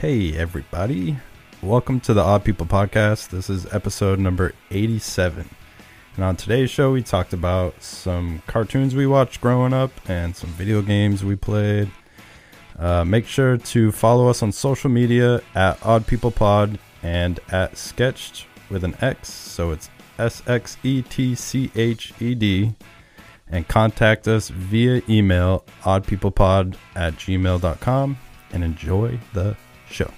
Hey, everybody. Welcome to the Odd People Podcast. This is episode number 87. And on today's show, we talked about some cartoons we watched growing up and some video games we played. Uh, make sure to follow us on social media at Odd People Pod and at Sketched with an X. So it's S X E T C H E D. And contact us via email oddpeoplepod at gmail.com and enjoy the show.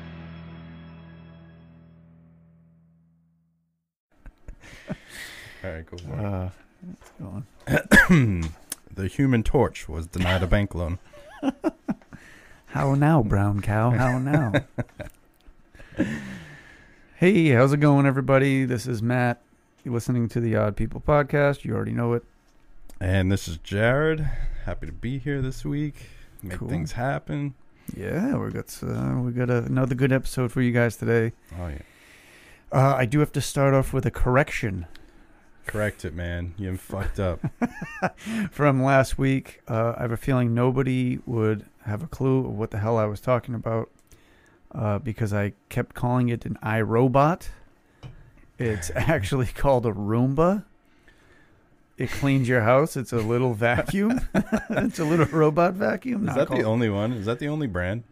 All right, go for it. Uh, let's go Uh, on. The Human Torch was denied a bank loan. How now, brown cow? How now? hey, how's it going, everybody? This is Matt. You're listening to the Odd People podcast. You already know it. And this is Jared. Happy to be here this week. Make Cool. things happen. Yeah, we got uh, we got another good episode for you guys today. Oh yeah, Uh, I do have to start off with a correction correct it, man. You fucked up. from last week. Uh, I have a feeling nobody would have a clue of what the hell I was talking about uh, because I kept calling it an iRobot. It's actually called a Roomba. It cleans your house. It's a little vacuum. it's a little robot vacuum. Is not that the called- only one? Is that the only brand?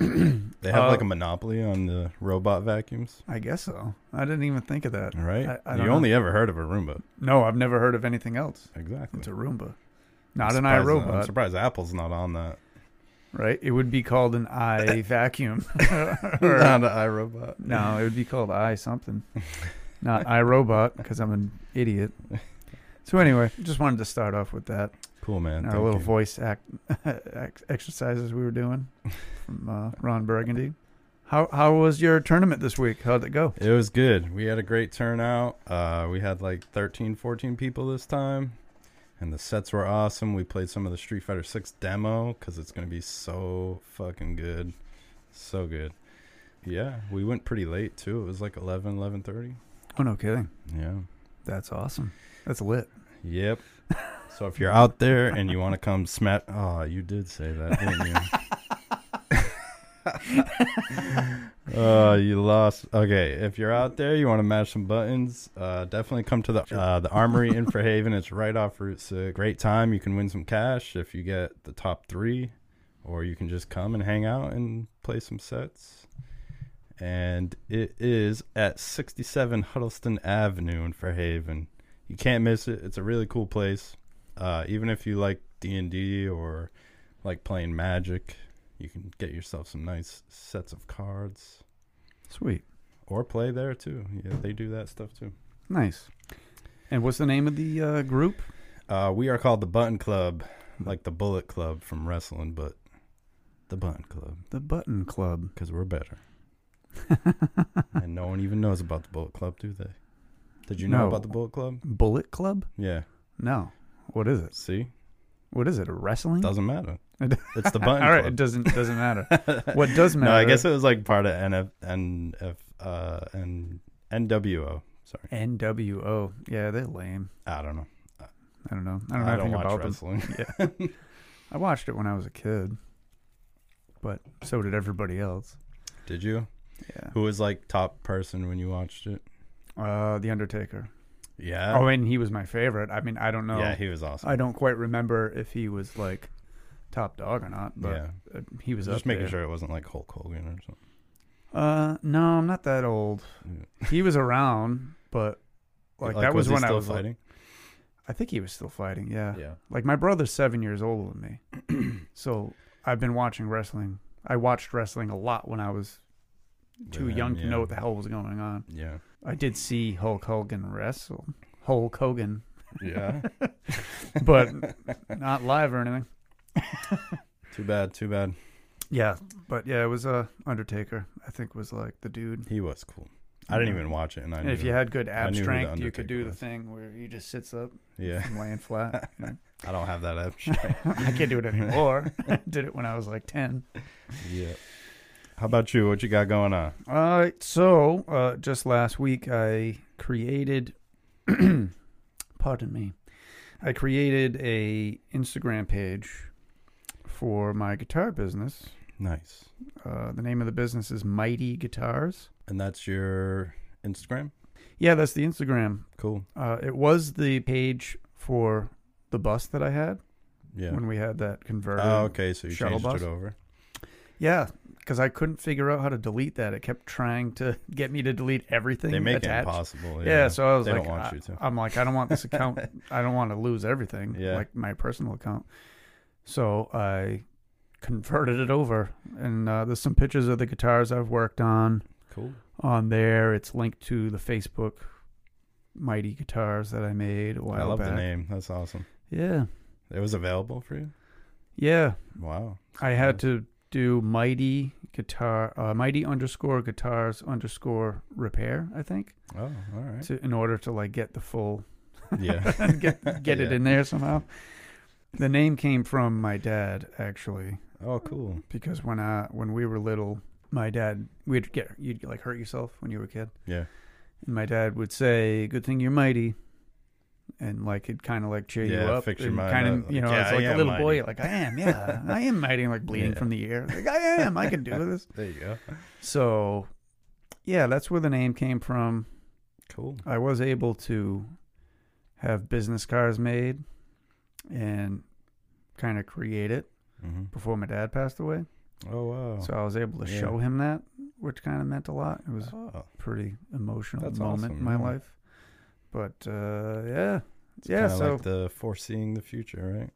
they have like Uh, a monopoly on the robot vacuums, I guess so. I didn't even think of that. All right. I- I you don't know. only ever heard of a Roomba. No, I've never heard of anything else. Exactly. It's a Roomba, not I'm an surprised- I'm iRobot. surprised Apple's not on that. Right? It would be called an i vacuum. Or- not an iRobot. No, it would be called I something, not I Robot, because I'm an idiot. So anyway, just wanted to start off with that. Cool, man. And our Thank little you. voice act ex- exercises we were doing from uh, Ron Burgundy. How how was your tournament this week? How'd it go? It was good. We had a great turnout. Uh, we had like 13, 14 people this time, and the sets were awesome. We played some of the Street Fighter 6 demo because it's going to be so fucking good. So good. Yeah, we went pretty late too. It was like 11, 11.30. Oh no, kidding. Yeah. That's awesome. That's lit. Yep. So if you're out there and you want to come smash, oh, you did say that, didn't you? Oh, you lost. Okay, if you're out there, you want to mash some buttons, uh, definitely come to the uh, the Armory in Fairhaven. It's right off Route Six. Great time. You can win some cash if you get the top three, or you can just come and hang out and play some sets. And it is at 67 Huddleston Avenue in Fairhaven you can't miss it it's a really cool place uh, even if you like d&d or like playing magic you can get yourself some nice sets of cards Sweet, or play there too yeah they do that stuff too nice. And what's the name of the uh, group? uh, we are called the button club like the bullet club from wrestling but the button club The Button Club. because we're better and no one even knows about the bullet club do they did you know No. about the bullet club Bullet Club? yeah No. What is it? see What is it? A wrestling? doesn't matter It- it's the button All right, club it doesn't doesn't matter. what does matter? No, I guess it was like part of NF, NF uh, and NWO. Sorry, NWO. Yeah, they're lame. I don't know. I don't know. I don't know anything watch about them. wrestling. I watched it when I was a kid, but so did everybody else. Did you? Yeah. Who was like top person when you watched it? Uh, the Undertaker. Yeah. oh, and he was my favorite. I mean, I don't know. Uh, Yeah, he was awesome. I don't quite remember if he was like top dog or not, but yeah, uh, he was just up making there. sure it wasn't like Hulk Hogan or something. Uh, no, I'm not that old. He was around, but like, uh, that was, he when I still was. fighting. I think he was still fighting. Yeah. yeah, Like my brother's seven years older than me, so I've been watching wrestling. I watched wrestling a lot when I was too With him, young to yeah. know what the hell was going on. Yeah, I did see Hulk Hogan wrestle, Hulk Hogan, yeah. but not live or anything. too bad. Too bad. Yeah, but yeah, it was uh, Undertaker. I think was like the dude. He was cool. I didn't even watch it, and I And knew. if you had good I ab knew who the strength, you could Undertaker do the was. thing where he just sits up yeah, and laying flat. you know? I don't have that option. I can't do it anymore. I did it when I was like 10. yeah. How about you? What you got going on? All right. So, uh, just last week, I created, pardon me, I created a Instagram page for my guitar business. Nice. Uh, the name of the business is Mighty Guitars. And that's your Instagram? Yeah, that's the Instagram. Cool. Uh, it was the page for the bus that I had Yeah. when we had that converter. Oh, okay. So you shuttle changed bus? it over. Yeah, because I couldn't figure out how to delete that. It kept trying to get me to delete everything. They make attached. it impossible. Yeah. so I was They like, don't want I, you to. am like, I don't want this account. I don't want to lose everything, Yeah. like my personal account. So I converted it over, and uh, there's some pictures of the guitars I've worked on cool. on there. It's linked to the Facebook Mighty Guitars that I made a while I love back. the name. That's awesome. Yeah, It was available for you? yeah. Wow. I had to do mighty guitar, uh, mighty underscore guitars underscore repair. I think Oh, all right. to in order to like get the full Yeah. get get it Yeah. in there somehow. The name came from my dad actually, Oh, cool. because when I when we were little, my dad we'd get you'd like hurt yourself when you were a kid, Yeah. and my dad would say, "Good thing you're mighty." And like it kind of like cheer you Yeah, up, fix your and mind kind up, of like, you know, "Yeah, it's I like a am little boy, mighty." you're like I am, yeah, I am mighty, and, like bleeding Yeah. from the ear, like I am, I can do this. There you go. So, yeah, that's where the name came from. Cool. I was able to have business cards made and kind of create it hmm before my dad passed away. Oh, wow. So I was able to Yeah. show him that, which kind of meant a lot. It was a oh, pretty emotional That's moment awesome, in my yeah. life. But uh, yeah, it's yeah, kinda so like the foreseeing the future, right?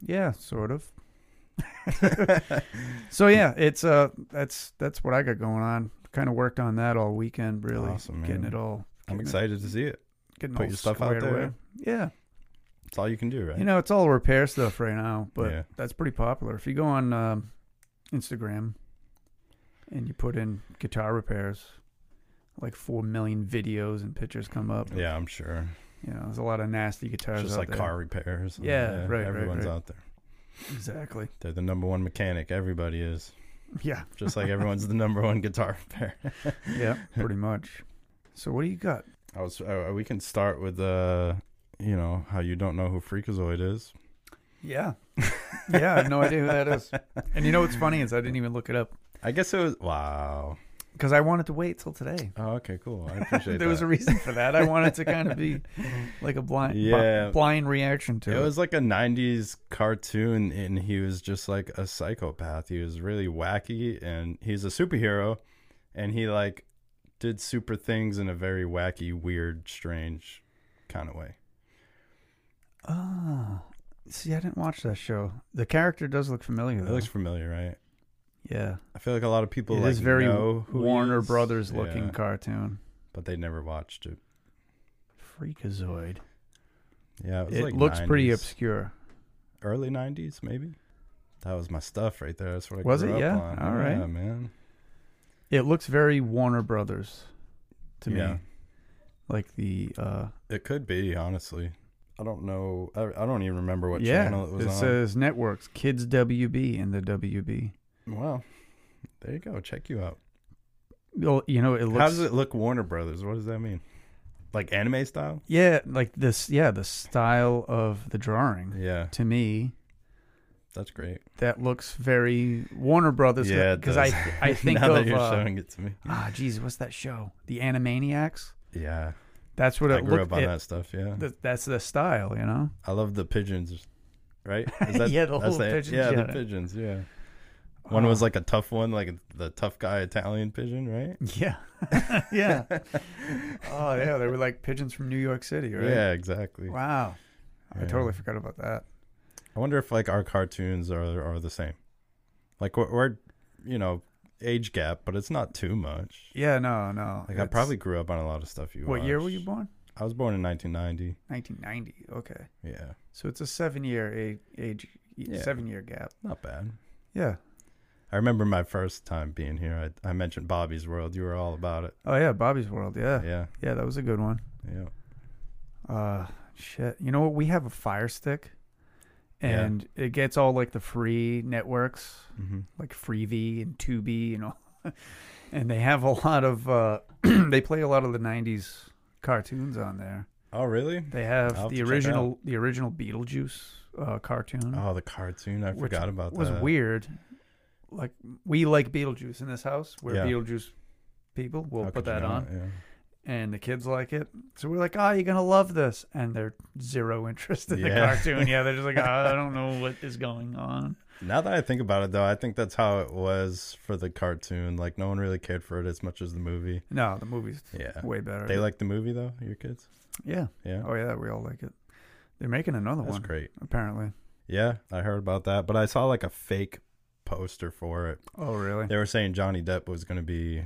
yeah, sort of. so yeah, it's uh, that's that's what I got going on. Kind of worked on that all weekend, really Awesome, getting man. it all. I'm getting it- excited to see it. getting Put all your stuff out squared there. away. Yeah, It's all you can do, right? you know it's all repair stuff right now, but Yeah. that's pretty popular. If you go on um, Instagram and you put in guitar repairs, like four million videos and pictures come up. yeah, I'm sure. you know there's a lot of nasty guitars. It's just out like there. car repairs. Yeah, right, right, Everyone's right. out there. exactly. They're the number one mechanic. Everybody is. Yeah, Just like everyone's the number one guitar repair. yeah, pretty much. So what do you got? I was. Uh, we can start with uh, you know, how you don't know who Freakazoid is. Yeah, yeah, I have no idea who that is. And you know what's funny is I didn't even look it up I guess it was. Wow. because I wanted to wait till today. Oh, okay, cool. I appreciate there was a that. reason for that. I wanted to kind of be like a blind, bu- Yeah. blind reaction to it. it was like a '90s cartoon, and he was just like a psychopath. He was really wacky, and he's a superhero, and he like did super things in a very wacky, weird, strange kind of way. Oh, see, I didn't watch that show. The character does look familiar It though. looks familiar, right? yeah, I feel like a lot of it people is like very know who he Warner is. Brothers looking Yeah, cartoon. but they never watched it. Freakazoid. Yeah, it, was It like looks pretty 90s. obscure. early '90s, maybe. That was my stuff right there. That's what I Was grew it? up Yeah? on. All yeah, right. man. It looks very Warner Brothers to Yeah. me. Like the uh It could be, honestly. I don't know. I, I don't even remember what yeah, channel it was on. says networks kids WB and the WB. wow, there you go. Check you out. Well, you know, it looks How does it look, Warner Brothers? What does that mean? Like anime style? Yeah, like this yeah, the style of the drawing Yeah, to me that's great. that looks very Warner Brothers yeah, it because does. I I think now of that you're uh, showing it to me. Ah, geez, what's that show? The Animaniacs. Yeah, That's what it I grew looked. up on it- that stuff. Yeah, th- that's uh, the style, you know. I love the pigeons. Right? Is that, Yeah, the that's whole pigeon Yeah, the shit. pigeons. Yeah. One was Oh. like a tough one, like the tough guy Italian pigeon, right? Yeah, yeah. oh yeah, they were like pigeons from New York City, right? Yeah, exactly. Wow, I Yeah. totally forgot about that. I wonder if like our cartoons are are the same. Like we're, we're you know age gap, but it's not too much. Yeah, no, no. Like I it's- probably grew up on a lot of stuff you. What year were you watched. born? I was born in 1990. 1990. Okay, Yeah, so it's a seven-year age, age Yeah. seven-year gap. not bad. Yeah. I remember my first time being here. I, I mentioned Bobby's World. You were all about it. Oh yeah, Bobby's World. Yeah, yeah, Yeah, that was a good one. yeah. Uh, shit. You know what? We have a Fire Stick Yeah. and it gets all like the free networks Mm-hmm. like Freevee and Tubi and all, and they have a lot of uh, they play a lot of the '90s cartoons on there. Oh, really? They have, I'll have the to check it original the original Beetlejuice uh, cartoon. Oh, the cartoon. I Which forgot about It was that. weird. Like we like Beetlejuice in this house. We're Yeah. Beetlejuice people. We'll How put could you that not? on, Yeah. and the kids like it. So we're like, "Oh, you're gonna love this," and they're zero interest in the Yeah. cartoon. Yeah, they're just like, "Ah, "I don't know what is going on." Now that I think about it, though, I think that's how it was for the cartoon. Like, no one really cared for it as much as the movie. No, the movie's Yeah. way better. They like the movie, though, your kids? yeah. Yeah. Oh yeah, we all like it. They're making another that's one great. apparently. Yeah, I heard about that. But I saw, like, a fake poster for it. Oh really? They were saying Johnny Depp was going to be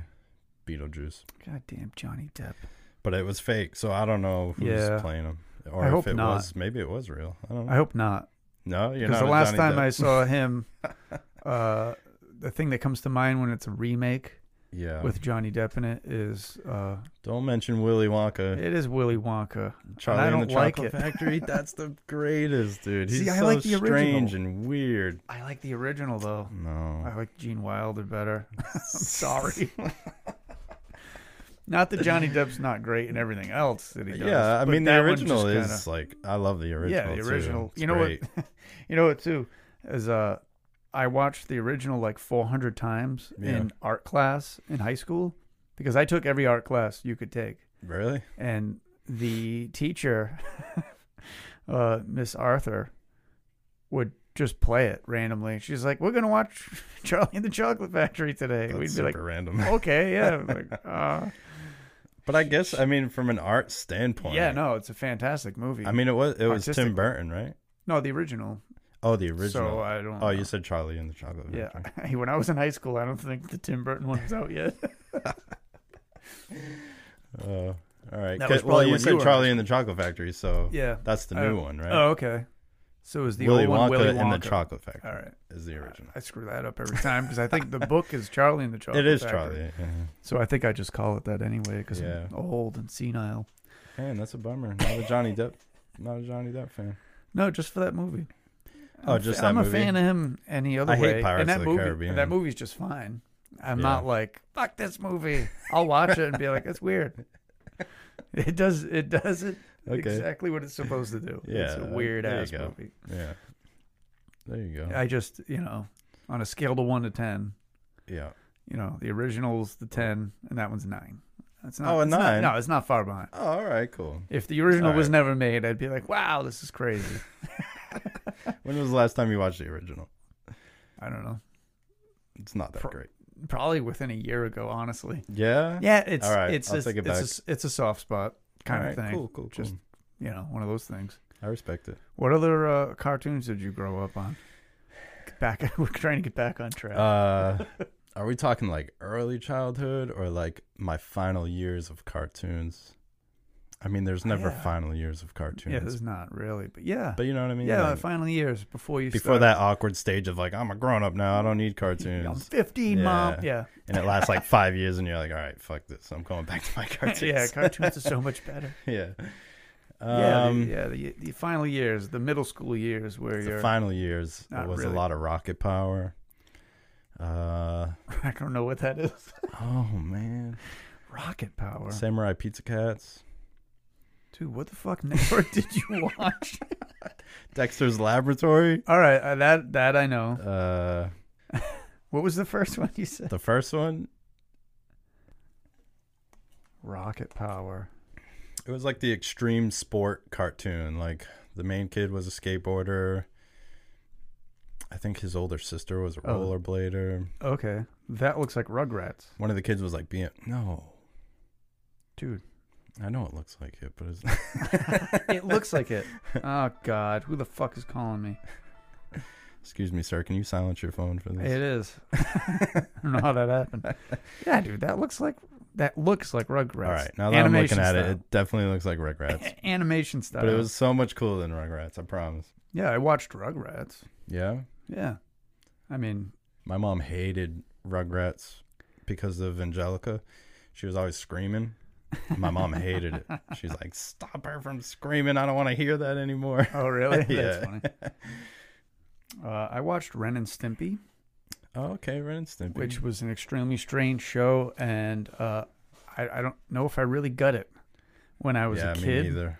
Beetlejuice, Goddamn Johnny Depp. but it was fake. So I don't know who's Yeah. playing him. Or I if hope it not. was, maybe it was real. I don't know. I hope Oh. not. no, you're Because not. a the last Johnny time Depp. I saw him, uh, the thing that comes to mind when it's a remake yeah. with Johnny Depp in it is uh, don't mention Willy Wonka. it is Willy Wonka. Charlie I and the don't like Chocolate it. Factory. That's the greatest, dude. He's See, I so like the strange and weird. I like the original though. I No. like Gene Wilder better. I'm sorry. not that Johnny Depp's not great and everything else that he does. Yeah, I but mean the that one original just is kinda- like I love the original. yeah, the too. original. It's You know great. what? you know what too is uh, I watched the original like 400 times Yeah. in art class in high school because I took every art class you could take, Really? and the teacher, uh, Miss Arthur, would just play it randomly. She's like, "We're gonna watch Charlie and the Chocolate Factory today." That's We'd be super like, random. "Okay, yeah." like, uh, But I guess I mean from an art standpoint. yeah, no, it's a fantastic movie. I mean it was it was Tim Artistic. Burton, right? no, the original. Oh, the original. So I don't. oh, know. you said Charlie and the Chocolate Yeah, Factory. when I was in high school, I don't think the Tim Burton one was out yet. Oh, all right. That 'Cause- was probably well, you when said you were- Charlie and the Chocolate Factory, so yeah. that's the Oh. new one, right? Oh, okay. So it was the Willy old one, Wonka Willy and the Wonka. Oh. Chocolate Factory All right, is the original. I screw that up every time because I think the book is Charlie and the Chocolate. it is Factory. Charlie. Yeah. So I think I just call it that anyway because Yeah. I'm old and senile. Man, that's a bummer. Not a Johnny Depp. Not a Johnny Depp fan. No, just for that movie. Oh, I'm just fa- that I'm movie? a fan of him any other I hate way. Pirates and of that the movie, Caribbean. That movie's just fine. I'm Yeah. not like fuck this movie. I'll watch it and be like, it's weird. It does. It does it Okay. exactly what it's supposed to do. it's Yeah, a weird there you ass go. movie. Yeah. There you go. I just, you know, on a scale to one to ten, yeah. you know, the original's the ten, and that one's nine. That's not. Oh, a it's not- nine. no, it's not far behind. Oh, all right, cool. If the original All was right. never made, I'd be like, wow, this is crazy. When was the last time you watched the original? I don't know. It's not that Pro- great. Probably within a year ago, honestly. Yeah. Yeah, it's All right, it's I'll a, take it it's a s- it's a soft spot kind All of right, thing. Cool, cool, cool. Just- You know, one of those things. I respect it. What other uh, cartoons did you grow up on? Get Back, we're trying to get back on track. Uh, are we talking like early childhood or like my final years of cartoons? I mean, there's never Oh, Yeah. final years of yeah, this cartoons, is not really, but yeah, but you know what I mean. yeah, Like, final years before you before start- that awkward stage of like, I'm a grown up now. I don't need I'm cartoons, 15, mom. Yeah, and it lasts like five years, and you're like, all right, fuck this. I'm going back to my cartoons. yeah, cartoons are so much better. yeah. yeah, Um, the, yeah, the, the final years, the middle school years where The you're. final years it Not was really. a lot of rocket power. Uh, I don't know what that is. oh man, Rocket power, Samurai Pizza Cats, dude. What the fuck network did you watch? Dexter's Laboratory. All right, uh, that that I know. Uh, What was the first one you said? the first one, Rocket Power. it was like the extreme sport cartoon. Like the main kid was a skateboarder. I think his older sister was a Oh. rollerblader. Okay, that looks like Rugrats, One of the kids was like being no. dude. I know it looks like it, but it's it looks like it. Oh God, who the fuck is calling me? excuse me, sir. Can you silence your phone for this? It is. I don't know how that happened. Yeah, dude, that looks like that looks like Rugrats. All right, now that I'm looking at it, it definitely looks like Rugrats. style. animation style. But it was so much cooler than Rugrats, I promise. yeah, I watched Rugrats. Yeah. Yeah, I mean, My mom hated Rugrats because of Angelica. She was always screaming. My mom hated it. She's like, Stop her from screaming. I don't want to hear that anymore. oh really? Yeah. That's funny. Uh, I watched Ren and Stimpy, Oh, okay, Ren and Stimpy. which was an extremely strange show, and uh, I, I don't know if I really got it when I was yeah, a me kid. neither.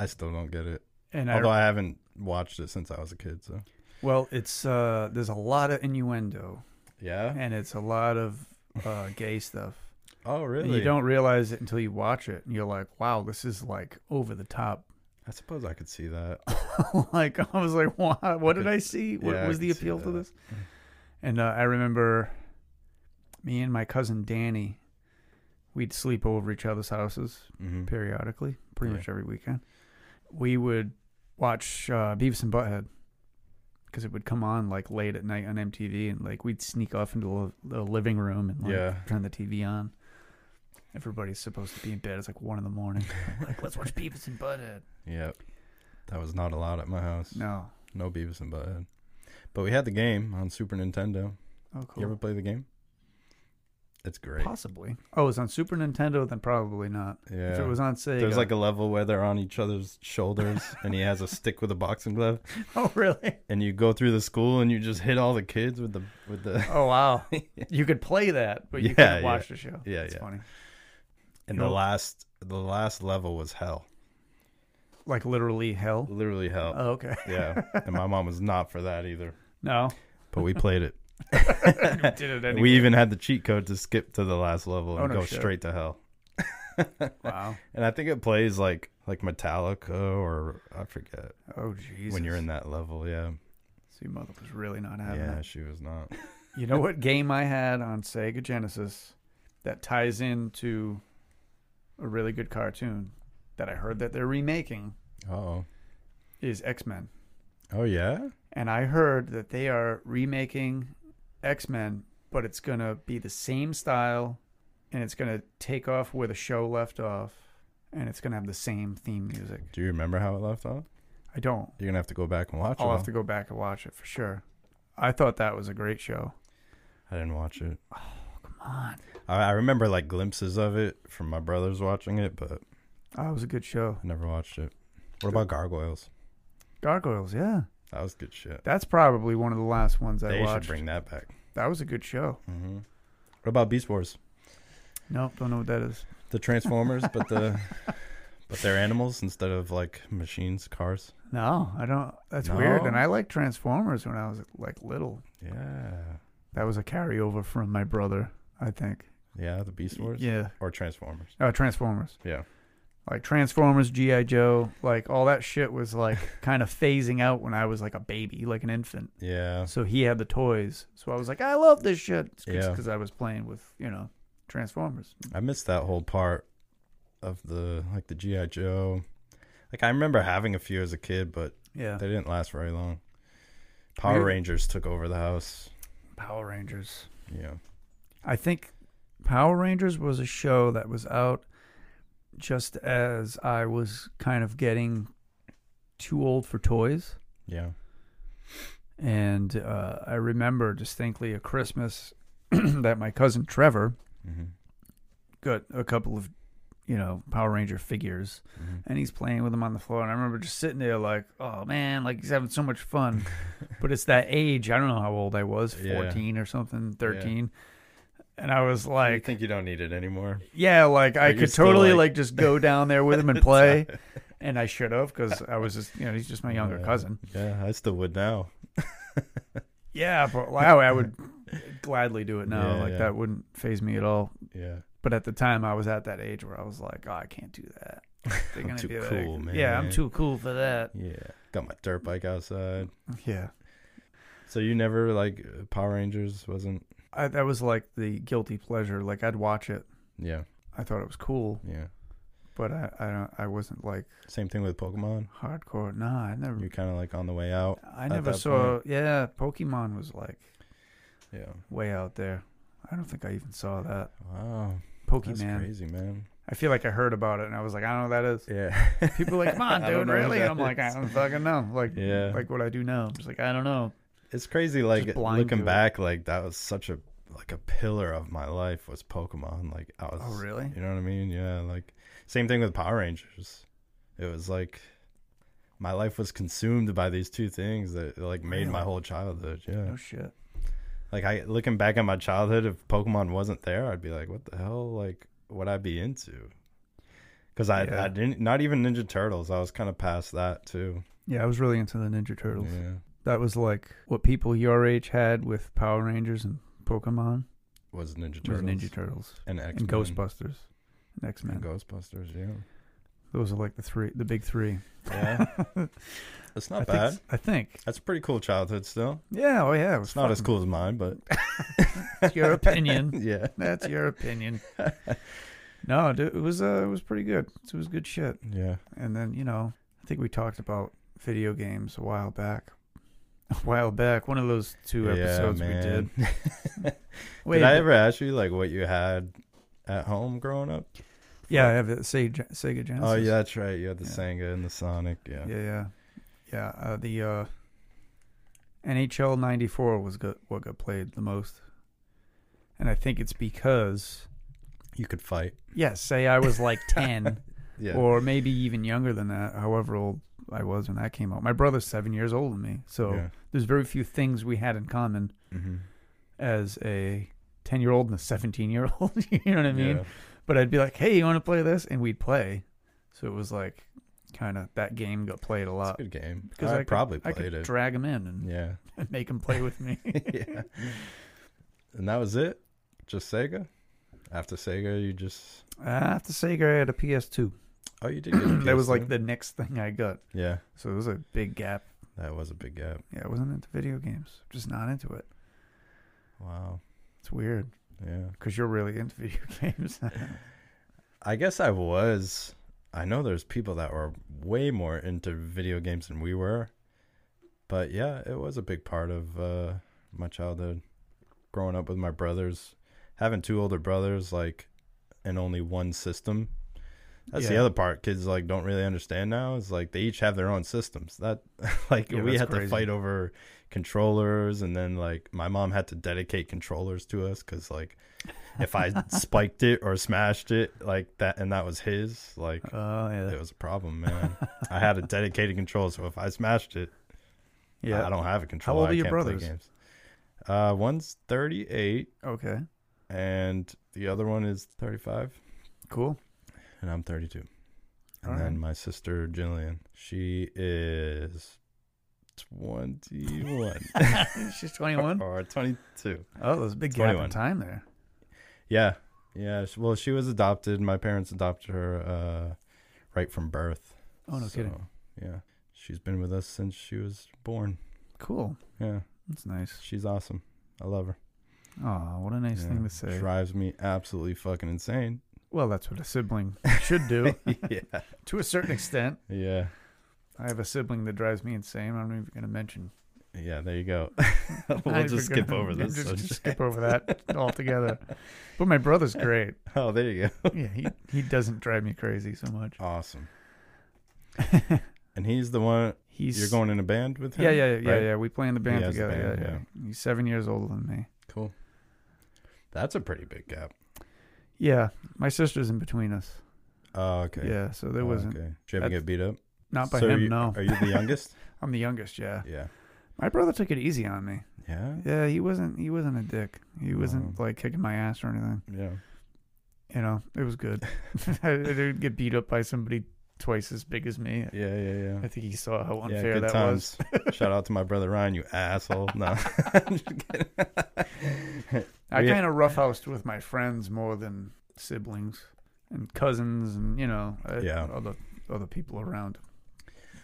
I still don't get it. and I, Although I haven't watched it since I was a kid, so well, it's uh, there's a lot of innuendo, yeah. and it's a lot of uh, gay stuff. Oh, And really? you don't realize it until you watch it, and you're like, "Wow, this is like over the top." I suppose I could see that. like I was like, "What? What did I see? What Yeah, I was can the see appeal to that. this?" And uh, I remember me and my cousin Danny, we'd sleep over each other's houses Mhm. periodically, pretty Yeah. much every weekend. We would watch uh, Beavis and Butthead because it would come on like late at night on MTV, and like we'd sneak off into the, the living room and like Yeah. turn the TV on. Everybody's supposed to be in bed. It's like one in the morning. like, let's watch Beavis and Butthead. Yep. That was not allowed at my house. No. No Beavis and Butthead. But we had the game on Super Nintendo. Oh, You cool. ever play the game? It's great. Possibly. Oh, it was on Super Nintendo, then probably not. Yeah. If it was uh, on Sega. There's like a level where they're on each other's shoulders and he has a stick with a boxing glove oh, really? and you go through the school and you just hit all the kids with the with the Oh, wow. you could play that, but you Yeah, yeah. couldn't watch the show. Yeah, That's yeah. funny. and the Cool. last the last level was hell. Like literally hell. Literally hell. Oh, okay. yeah. And my mom was not for that either. No. But we played it. Did it anyway. We even had the cheat code to skip to the last level and Oh, no go shit. straight to hell. Wow. And I think it plays like like Metallica or I forget Oh, Jesus. when you're in that level. Yeah, So your mother was really not having yeah, it. she was not. You know what game I had on Sega Genesis that ties into a really good cartoon that I heard that they're remaking Oh, is X-Men. oh yeah. and I heard that they are remaking X Men, but it's gonna be the same style, and it's gonna take off where the show left off, and it's gonna have the same theme music. Do you remember how it left off? I don't. You're gonna have to go back and watch it. I'll all. have to go back and watch it for sure. I thought that was a great show. I didn't watch it. Come on, I, I remember like glimpses of it from my brothers watching it, but that Oh, was a good show. I never watched it. What about Gargoyles? Gargoyles, yeah, That was good shit. that's probably one of the last ones I They should watched. bring that back. That was a good show. hmm What about Beast Wars? Nope, don't know what that is. The Transformers, but the but they're animals instead of like machines, cars. No, I don't. That's weird. No? And I liked Transformers when I was like little. Yeah, That was a carryover from my brother, I think. yeah. The Beast Wars Yeah. or Transformers. Uh, Transformers. Yeah. Like Transformers, G.I. Joe, like all that shit was like kind of phasing out when I was like a baby, like an infant. Yeah. So he had the toys. So I was like, I love this shit. Yeah. Because I was playing with, you know, Transformers. I missed that whole part of the like the GI Joe. Like I remember having a few as a kid, but Yeah. they didn't last very long. Power Oh. Really? Rangers took over the house. Power Rangers. Yeah, I think Power Rangers was a show that was out just as I was kind of getting too old for toys. yeah. And uh, I remember distinctly a Christmas that my cousin Trevor Mm-hmm. got a couple of, you know, Power Ranger figures and he's playing with them on the floor. And I remember just sitting there like, oh man, like he's having so much Mm-hmm. fun. but it's that age. I don't know how old I was, Yeah. 14 or something, 13. And I was like, I think you don't need it anymore. yeah, like I you're could still, totally like, like- just go down there with him and play. and I should have because I was just, you know, he's just my younger Yeah. cousin. Yeah, I still would now. Yeah, but wow, I would gladly do it now. Yeah, like yeah. that wouldn't phase me at all. Yeah, But at the time, I was at that age where I was like, oh, I can't do that. They're I'm gonna too be cool, like, Yeah, I'm man." too cool for that. yeah. Got my dirt bike outside. Yeah, So you never like uh, Power Rangers wasn't. I, that was like the guilty pleasure. Like I'd watch it. Yeah, I thought it was cool, yeah. but I I, don't, I wasn't like Same thing with Pokemon. hardcore. Nah, I never. You're kind of like on the way out. I at never that saw. Yeah, Pokemon was like Yeah. way out there. I don't think I even saw that Wow. That's Pokemon. crazy, man. I feel like I heard about it and I was like, I don't know what that is. Yeah. People are like, come on, I don't dude, know what really? that And I'm like, I is. don't fucking know. Like, Yeah. like what I do know. I'm just like, I don't know. it's crazy like Just blind to looking it. back like that was such a like a pillar of my life was pokemon like i was Oh, really? you know what i mean yeah like same thing with power rangers it was like my life was consumed by these two things that like made my Really? whole childhood. Yeah. No shit. Like I looking back at my childhood, if Pokemon wasn't there, I'd be like, what the hell? Like, would I be into? Because I, Yeah. I didn't. Not even Ninja Turtles. I was kind of past that too. Yeah, I was really into the Ninja Turtles. Yeah. That was like what people your age had with Power Rangers and Pokemon. Was Ninja It was Turtles Ninja Turtles and X and Ghostbusters, and X Men. Ghostbusters. Yeah. Those are like the three, the big three. Yeah. it's not I bad. Think, I think. That's a pretty cool childhood still. Yeah. Oh yeah. It was It's not as fun. cool as mine, but That's your opinion. yeah. That's your opinion. No, dude, it was uh, it was pretty good. It was good shit. Yeah. And then, you know, I think we talked about video games a while back. A while back, one of those two Yeah, episodes we did. man. Wait, did I ever ask you like what you had at home growing up? yeah, I have the Sega, Sega Genesis. Oh yeah, that's right. You had the Yeah. Sega and the Sonic. Yeah. yeah, yeah, yeah. Uh, the uh, NHL '94 was good, what got played the most, and I think it's because You could fight. yes, say I was like ten. Yeah. or maybe even younger than that, however old I was when that came out. My brother's seven years older than me, so yeah. there's very few things we had in common Mm-hmm. as a ten year old and a seventeen year old. you know what I mean? yeah. But I'd be like, "Hey, you want to play this?" and we'd play. So it was like kind of that game got played a It's a lot good game. because I, I could- probably I played could it. drag him in and yeah. make him play with me. yeah. And that was it. Just Sega. After Sega, you just I have to say, I had a PS2. oh, you did. Get a that was like PS2. the next thing I got. yeah. So it was a big gap. That was a big gap. Yeah, I wasn't into video games. Just not into it. Wow. It's weird. Yeah. because you're really into video games. I guess I was. I know there's people that were way more into video games than we were, but yeah, it was a big part of uh, my childhood. Growing up with my brothers, having two older brothers, like, and only one system. That's the Yeah. other part kids like don't really understand now. Is like they each have their own systems. That like Yeah, we that's had to crazy. fight over controllers, and then like my mom had to dedicate controllers to us because like if I spiked it or smashed it like that, and that was his, like Oh yeah, it was a problem, man. I had a dedicated control, so if I smashed it, yeah. I don't have a controller. old are I your can't play brothers? games. Uh, one's thirty-eight, Okay, and the other one is thirty-five, cool. and I'm thirty-two. And All then right. my sister Jillian, she is twenty-one She's 21. or twenty-two. Oh, there's a big gap 21. in time there. Yeah, yeah. sh- Well, she was adopted. My parents adopted her uh, right from birth. Oh no, So, kidding. Yeah. She's been with us since she was born. Cool. Yeah. That's nice. She's awesome. I love her. Oh, what a nice Yeah. thing to say. Drives me absolutely fucking insane. Well, that's what a sibling should do yeah. to a certain extent. Yeah. I have a sibling that drives me insane. I'm not even going to mention. Yeah, there you go. Not we'll even just skip gonna- over this. Just, just subject. skip over that altogether. But my brother's great. Oh, there you go. Yeah, he he doesn't drive me crazy so much. Awesome. and he's the one He's you're going in a band with him? Yeah, yeah, yeah, right? yeah. We play in the band has the together. band, yeah, yeah. He's seven years older than me. Cool. That's a pretty big gap. Yeah, my sister's in between us. Oh, okay. Yeah, so there Oh, wasn't Okay. Did you ever That's- get beat up? not by So him. you- no, Are you the youngest? I'm the youngest. Yeah, yeah. my brother took it easy on me. Yeah. Yeah, he wasn't. He wasn't a dick. He wasn't Oh. like kicking my ass or anything. Yeah. You know, it was good. I didn't get beat up by somebody twice as big as me. Yeah, yeah, yeah. I think he saw how unfair that was. Shout out to my brother Ryan, you asshole. No. I We- kind of roughhoused with my friends more than siblings and cousins, and you know, uh, Yeah. other other people around.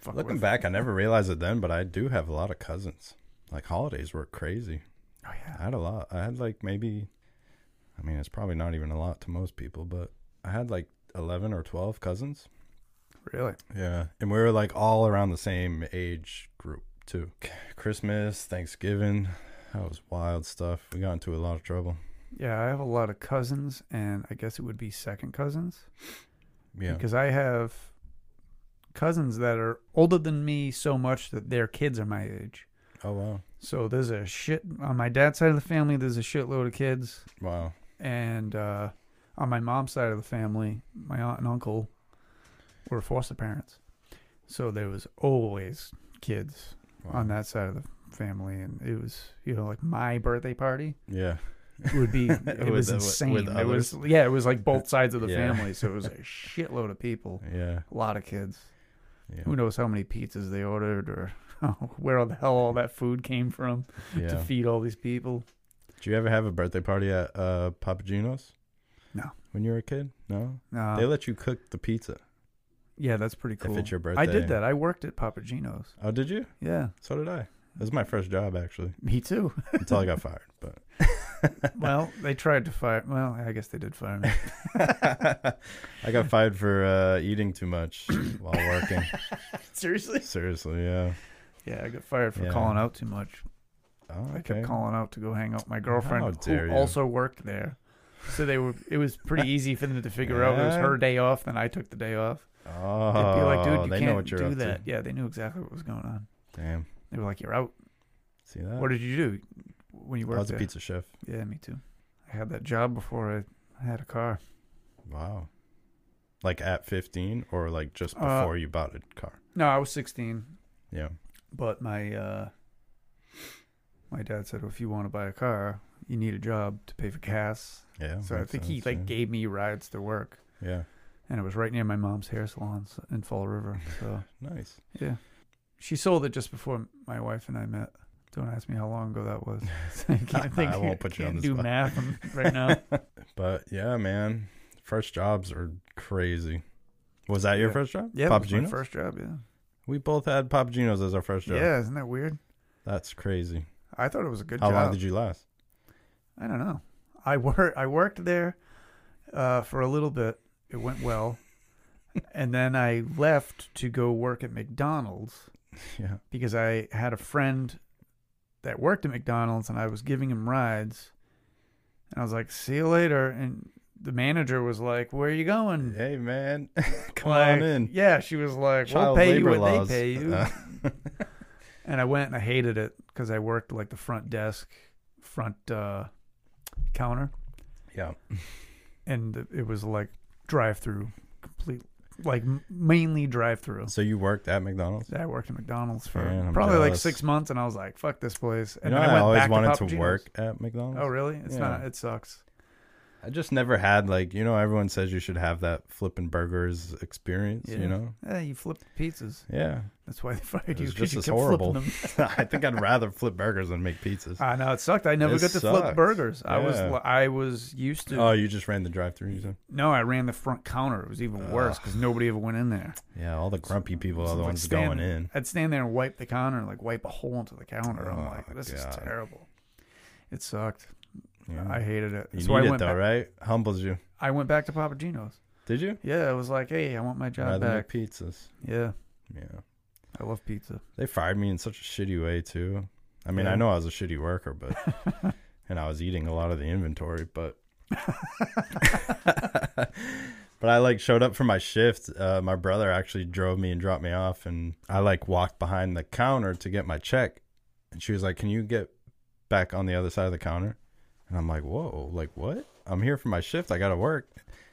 Fuck Looking with. back, I never realized it then, but I do have a lot of cousins. Like holidays were crazy. oh I yeah, had a lot. I had like maybe I mean, it's probably not even a lot to most people, but I had like 11 or 12 cousins. really? Yeah, and we were like all around the same age group too. Christmas, Thanksgiving, that was wild stuff. We got into a lot of trouble. Yeah, I have a lot of cousins, and I guess it would be second cousins Yeah. because I have cousins that are older than me so much that their kids are my age. oh wow. So there's a shit on my dad's side of the family. There's a shitload of kids, Wow. and uh, on my mom's side of the family, my aunt and uncle were foster parents. So there was always kids Wow. on that side of the family, and it was you know like my birthday party Yeah. would be it With was the- with insane. it others? was yeah, it was like both sides of the Yeah. family, so it was a shitload of people, Yeah. a lot of kids. Yeah. Who knows how many pizzas they ordered or where the hell all that food came from to yeah. feed all these people. Do you ever have a birthday party at uh, Papagino's? No. When you were a kid? No. Uh, they let you cook the pizza yeah, that's pretty cool. if it's your birthday. I did that. I worked at Papagino's. Oh, did you? Yeah, So did I. It was my first job actually me too. until I got fired. But well, they tried to fire. Well, I guess they did fire me. I got fired for uh, eating too much while working. Seriously? Seriously, yeah. Yeah, I got fired for Yeah. calling out too much. Oh, I okay. kept calling out to go hang out with my How girlfriend, dare you. who also worked there. So they were. It was pretty easy for them to figure out it was Yeah. her day off. Then I took the day off. Oh, They'd be like, "Dude, you they can't know what you're do up that." Yeah, they knew exactly what was going on. to. Damn. They were like, "You're out." See that? What did you do when you I worked was a there? pizza chef. Yeah, me too. I had that job before I had a car. Wow. Like at 15 or like just Uh, before you bought a car? No, I was 16, Yeah. but my uh, my dad said, "Well, if you want to buy a car, you need a job to pay for gas." Yeah. so I makes think he sense, like yeah. gave me rides to work, Yeah. and it was right near my mom's hair salon s- in Fall River. So Nice. yeah, she sold it just before my wife and I met. Don't ask me how long ago that was. I can't think. I won't put you on can't the do spot. math on- right now. But yeah, man, first jobs are crazy. Was that your Yeah. first job? Yeah, it was my Papagino's? first job. Yeah, We both had Papagino's as our first job. yeah. Isn't that weird? That's crazy. I thought it was a good How job. long did you last? I don't know. I work. I worked there uh, for a little bit. It went well, and then I left to go work at McDonald's Yeah. because I had a friend that worked at McDonald's, and I was giving him rides. And I was like, "See you later." And the manager was like, "Where are you going?" Hey, man. Come Hmm. Like, on in. Yeah, she was like, Child "We'll pay you labor what laws. they pay you." Uh, and I went and I hated it because I worked like the front desk, front uh, counter. yeah. and it was like drive through complete like m- mainly drive through So you worked at McDonald's? i worked at mcdonald's for Man, I'm probably like jealous. six months and i was like fuck this place You and know, then i, I, went always back wanted to, to, Papagenos. work at McDonald's. oh really it's Yeah. not it sucks I just never had like you know everyone says you should have that flipping burgers experience. Yeah. You know, yeah Eh, you flipped pizzas yeah. that's why they fired It you was 'cause just you as kept horrible. flipping them. I think I'd rather flip burgers than make pizzas. i know it sucked i never It got to sucks. flip burgers i was Yeah. i was used to oh, you just ran the drive-through. You said, no i ran the front counter it was even worse because nobody ever went in there yeah. All the grumpy people So are I'm the like, ones stand- going in. I'd stand there and wipe the counter, like wipe a hole into the counter. I'm Oh, like, this is God. terrible. It sucked. Yeah. I hated it. you so I need went. it though, back, right? Humbles you. I went back to Papagino's. Did you? Yeah, I was like, hey, I want my job rather back. make pizzas. yeah, Yeah. I love pizza. They fired me in such a shitty way too. I mean, Yeah. I know I was a shitty worker, but and I was eating a lot of the inventory, but but I like showed up for my shift. Uh, my brother actually drove me and dropped me off, and I like walked behind the counter to get my check, and she was like, "Can you get back on the other side of the counter?" And I'm like, "Whoa, like what? I'm here for my shift. I gotta work."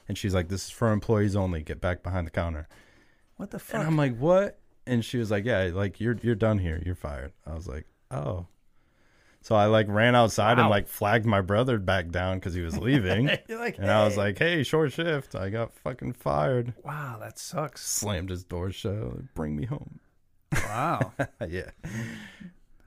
And she's like, "This is for employees only. Get back behind the counter." What the And fuck? I'm like, what? And she was like, yeah, like you're you're done here. You're fired. I was like, oh. So I like ran outside and Wow. like flagged my brother back down because he was leaving. You're like, and I was "Hey." like, hey, short shift. I got fucking fired. wow, that sucks. Slammed his door shut. Bring me home. Wow. yeah.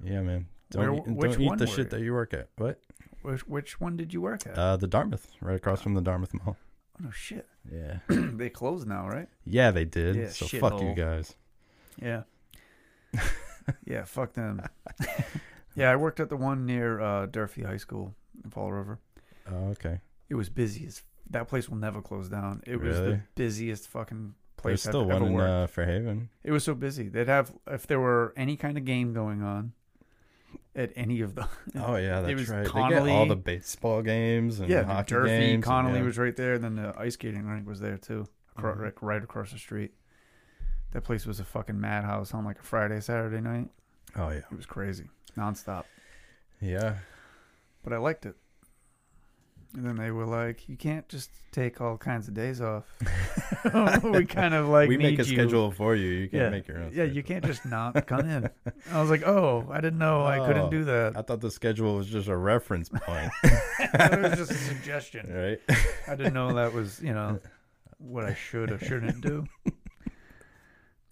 Yeah, man. Where- Don't, eat- which don't eat one the were shit you? that you work at. What? which which one did you work at? Uh, the Dartmouth, right across from the Dartmouth Mall. oh no, shit. Yeah. they closed now, right? Yeah, they did. Yeah, so shit fuck you hole. guys. Yeah. yeah, fuck them. yeah, I worked at the one near uh, Durfee High School in Fall River. Oh, okay. It was busy as that place will never close down. It was the Really? busiest fucking There's place still I've one ever in worked. uh, Fairhaven. It was so busy. They'd have if there were any kind of game going on at any of the Oh yeah, that's It was right. they get all Connolly- the baseball games and yeah, the hockey Durfee games. and- Connolly yeah. was right there. Then the ice skating rink was there too, acro- Mhm. right, right across the street. That place was a fucking madhouse on like a Friday Saturday night. Oh yeah, It was crazy, nonstop. yeah. But I liked it. And then they were like, "You can't just take all kinds of days off. we kind of like we make need a you. schedule for you. You can't yeah, make your own. yeah. You schedule. can't just not come in." I was like, "Oh, I didn't know I couldn't Oh. do that. I thought the schedule was just a reference point, that was just a suggestion. right? I didn't know that was you know what I should or shouldn't do."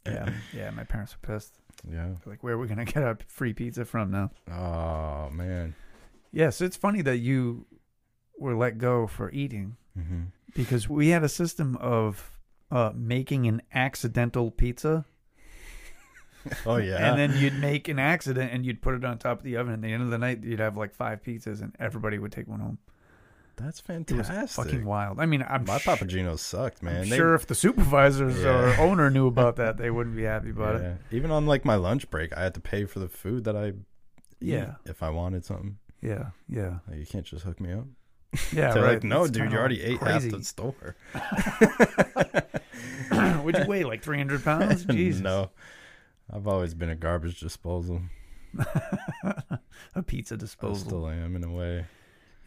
Yeah, yeah. My parents were pissed. Yeah. They're like, where are we gonna get our free pizza from now? Oh man. Yes, it's funny that you were let go for eating. Mm-hmm. because we had a system of uh, making an accidental pizza, Oh yeah. and then you'd make an accident and you'd put it on top of the oven. And at the end of the night, you'd have like five pizzas, and everybody would take one home. that's It was fantastic. fucking wild. I mean, I'm My sh- Papaginos sucked, man. I'm They- sure if the supervisors Yeah. or owner knew about that, they wouldn't be happy about it. yeah. Even on like my lunch break, I had to pay for the food that I Yeah, eat if I wanted something. yeah, yeah, Like, you can't just hook me up. yeah. They're right. like, no, It's dude, you kinda already ate crazy. half the store. Would you weigh like 300 pounds? Jesus, no. I've always been a garbage disposal. a pizza I disposal. still am in a way.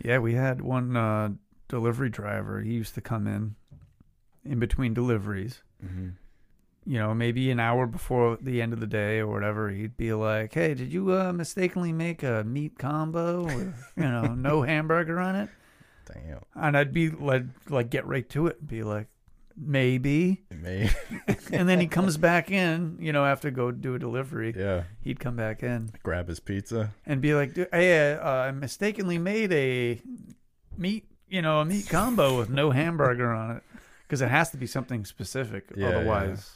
Yeah, we had one uh, delivery driver. He used to come in in between deliveries. Mm-hmm. You know, maybe an hour before the end of the day or whatever. He'd be like, "Hey, did you uh, mistakenly make a meat combo with Oh, you know no hamburger on it?" Damn. And I'd be like, like get right to it and be like, "Maybe." It may. And then he comes back in. You know, after go do a delivery, yeah. he'd come back in Grab his pizza. and be like, "Dude, "Hey, uh, I mistakenly made a meat, you know, a meat combo with no hamburger on it because it has to be something specific, Yeah, otherwise."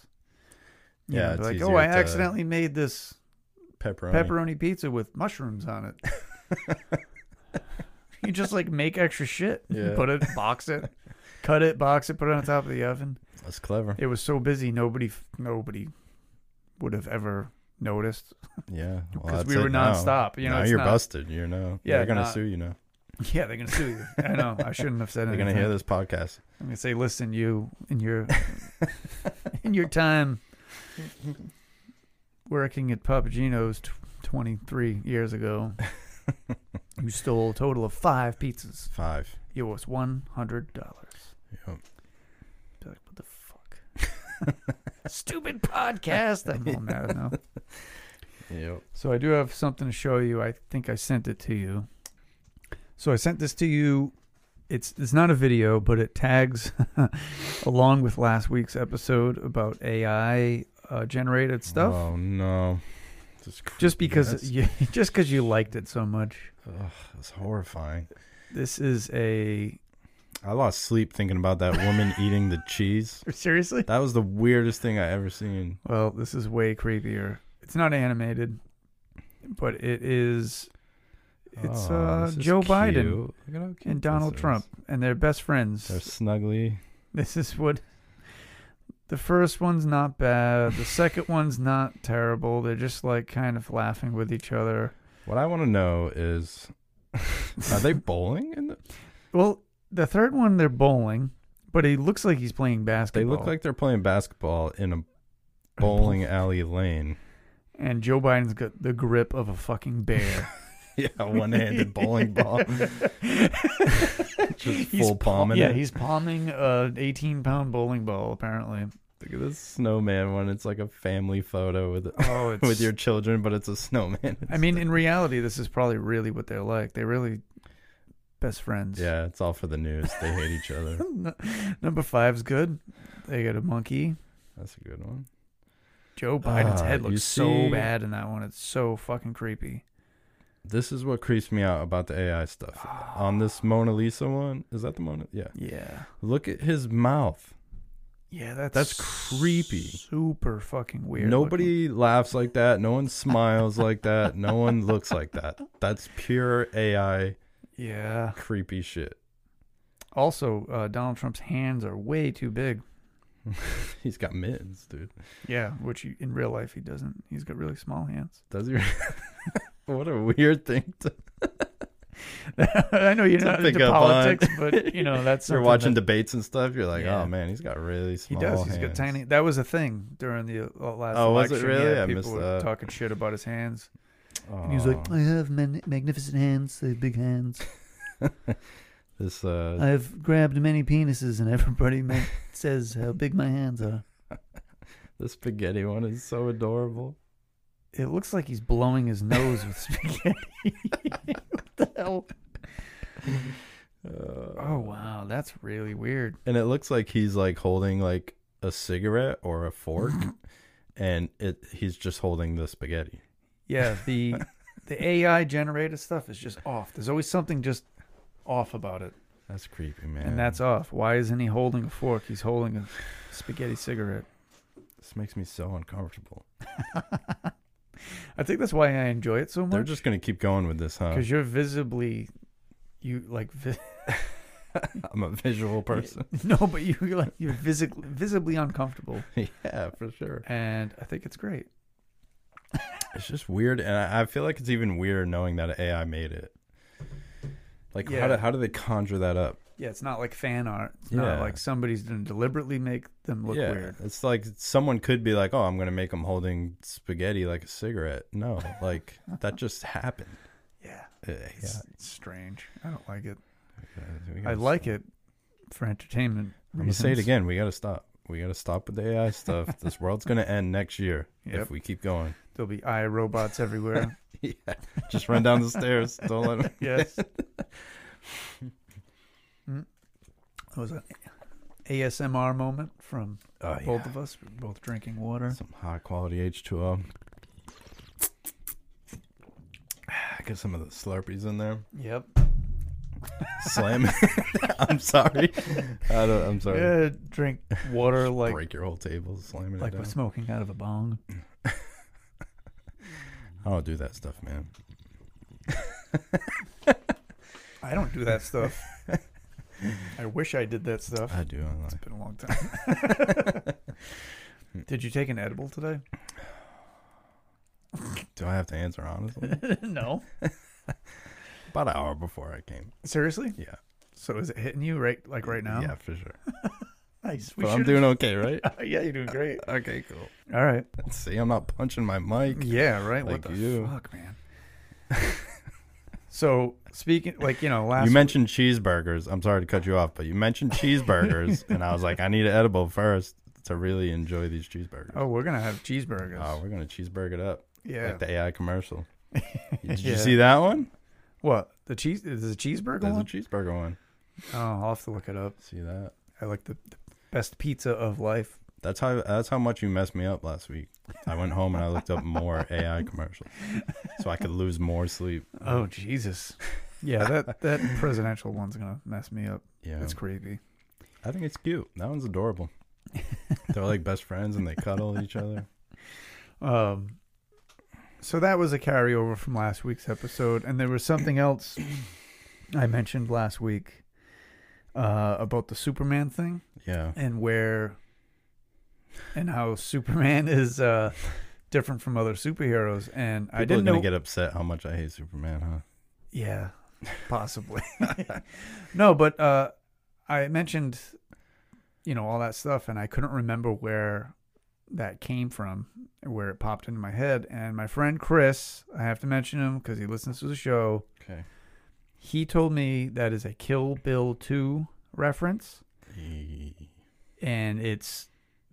you Yeah, know, be it's like, easier oh, I to- accidentally made this Pepperoni. pepperoni pizza with mushrooms on it. you just like make extra shit, Yeah. put it, box it, cut it, box it, put it on top of the oven. That's clever. It was so busy, nobody, nobody would have ever noticed Yeah. Well, because that's we it were now. nonstop. You know, now it's you're not- busted. You know. Yeah, They're gonna not- sue you now. Yeah, they're gonna sue you. I know. I shouldn't have said They're anything. gonna hear this podcast. I'm gonna say, listen, you in your in your time working at Papagino's t- 23 years ago, you stole a total of five pizzas. Five. You owe us one hundred dollars. Yep. Be like, what the fuck? Stupid podcast. I'm all mad now. Yep. So I do have something to show you. I think I sent it to you. So I sent this to you. It's it's not a video, but it tags along with last week's episode about AI uh, generated stuff. Oh no. This is Just creepy. because That's- you just because you liked it so much. Ugh, that's horrifying. This is a I lost sleep thinking about that woman eating the cheese. seriously. That was the weirdest thing I ever seen. Well, this is way creepier. It's not animated, but it is. It's Oh, uh, this is Joe Biden cute. Look at how cute and Donald this is. Trump, and they're best friends. They're snuggly. This is what the first one's not bad. The second one's not terrible. They're just like kind of laughing with each other. What I want to know is, are they bowling? In the, Well, the third one they're bowling, but he looks like he's playing they basketball. look like they're playing basketball in a bowling alley lane. and Joe Biden's got the grip of a fucking bear. Yeah, one-handed bowling ball. Just He's full palming yeah, it. he's palming an 18 pound bowling ball apparently. Look at this snowman one. It's like a family photo with Oh, it's with your children, but it's a snowman. I mean, in reality, this is probably really what they're like. They're really best friends. Yeah, it's all for the news. They hate each other. N- Number five's good. They got a monkey. That's a good one. Joe Biden's Ah, head you looks see- so bad in that one. It's so fucking creepy. This is what creeps me out about the AI stuff. On this Mona Lisa one, is that the Mona? Yeah. Yeah. Look at his mouth. Yeah, that's That's creepy. Super fucking weird. looking. Nobody laughs like that. No one smiles like that. No one looks like that. That's pure AI Yeah. creepy shit. Also, uh, Donald Trump's hands are way too big. He's got mittens, dude. Yeah, which he, in real life he doesn't. He's got really small hands. Does he? what a weird thing. To... I know you're To not pick into up on. politics, but you know that's You're something watching that- debates and stuff. You're like, Yeah. oh man, he's got really He small. does. He's hands. got tiny. That was a thing during the uh, last Oh, was it election. really? Yeah, I people missed were that. talking shit about his hands. Oh. And he was like, I have man- magnificent hands, they have big hands. This uh, I've grabbed many penises, and everybody ma- says how big my hands are. the spaghetti one is so adorable. It looks like he's blowing his nose with spaghetti. what the hell? Uh, Oh wow, that's really weird. And it looks like he's like holding like a cigarette or a fork, and it he's just holding the spaghetti. Yeah, the the AI generated stuff is just off. There's always something just off about it, That's creepy, man. and that's off. Why isn't he holding a fork? He's holding a spaghetti cigarette. this makes me so uncomfortable. I think that's why I enjoy it so They're much just uh, gonna keep going with this, huh? because you're visibly, you like. Vi- I'm a visual person. no, but you you're like you're visibly visibly uncomfortable, yeah, for sure. and I think it's great. It's just weird, and I, I feel like it's even weirder knowing that AI made it. Like, how Yeah. do how do they conjure that up? Yeah, it's not like fan art. It's Yeah. not like somebody's gonna deliberately make them look weird. It's like someone could be like, "Oh, I'm gonna make him holding spaghetti like a cigarette." No, like that just happened. Yeah, Uh, it's Yeah, it's strange. I don't like it. we I gotta like stop. it for entertainment. I'm gonna say it reasons. again. We gotta stop. We gotta stop with the AI stuff. this world's gonna end next year if Yep. we keep going. There'll be AI robots everywhere. yeah, just run down the stairs. Don't let 'em- yes. Mm. That was an ASMR moment from Oh, both yeah. of us. We We're both drinking water. some high quality H2O. Get some of the Slurpees in there. Yep. Slam it. I'm sorry. I don't, I'm sorry. Yeah, drink water like Break your whole table. Slamming like it we're down. smoking out of a bong. I don't do that stuff, man. I don't do that stuff. I wish I did that stuff. I do. I It's like. been a long time. did you take an edible today? Do I have to answer honestly? no. About an hour before I came. Seriously? Yeah. So is it hitting you right like right now? Yeah, for sure. Nice. We But I'm should've- doing okay, right? yeah, you're doing great. okay, cool. All right. See, I'm not punching my mic. Yeah, right. Like what the you. fuck, man? so speaking, like you know, last you mentioned cheeseburgers. I'm sorry to cut you off, but you mentioned cheeseburgers, and I was like, I need an edible first to really enjoy these cheeseburgers. oh, we're gonna have cheeseburgers. Oh, we're gonna cheeseburger it up yeah. like the AI commercial. Did you Yeah. see that one? What the cheese? Is it a cheeseburger There's a one? cheeseburger one. oh, I'll have to look it up. See that? I like the, the best pizza of life. That's how. That's how much you messed me up last week. I went home and I looked up more AI commercials, so I could lose more sleep. Oh Jesus. Yeah, that that presidential one's gonna mess me up. Yeah, That's creepy. I think it's cute. That one's adorable. They're like best friends and they cuddle each other. Um, so that was a carryover from last week's episode, and there was something else I mentioned last week uh, about the Superman thing. Yeah, and where and how Superman is uh different from other superheroes and people I didn't are gonna know get upset how much I hate Superman, huh? yeah possibly no but uh I mentioned you know all that stuff and I couldn't remember where that came from where it popped into my head and my friend Chris I have to mention him cuz he listens to the show Okay. he told me that is a Kill Bill 2 reference and it's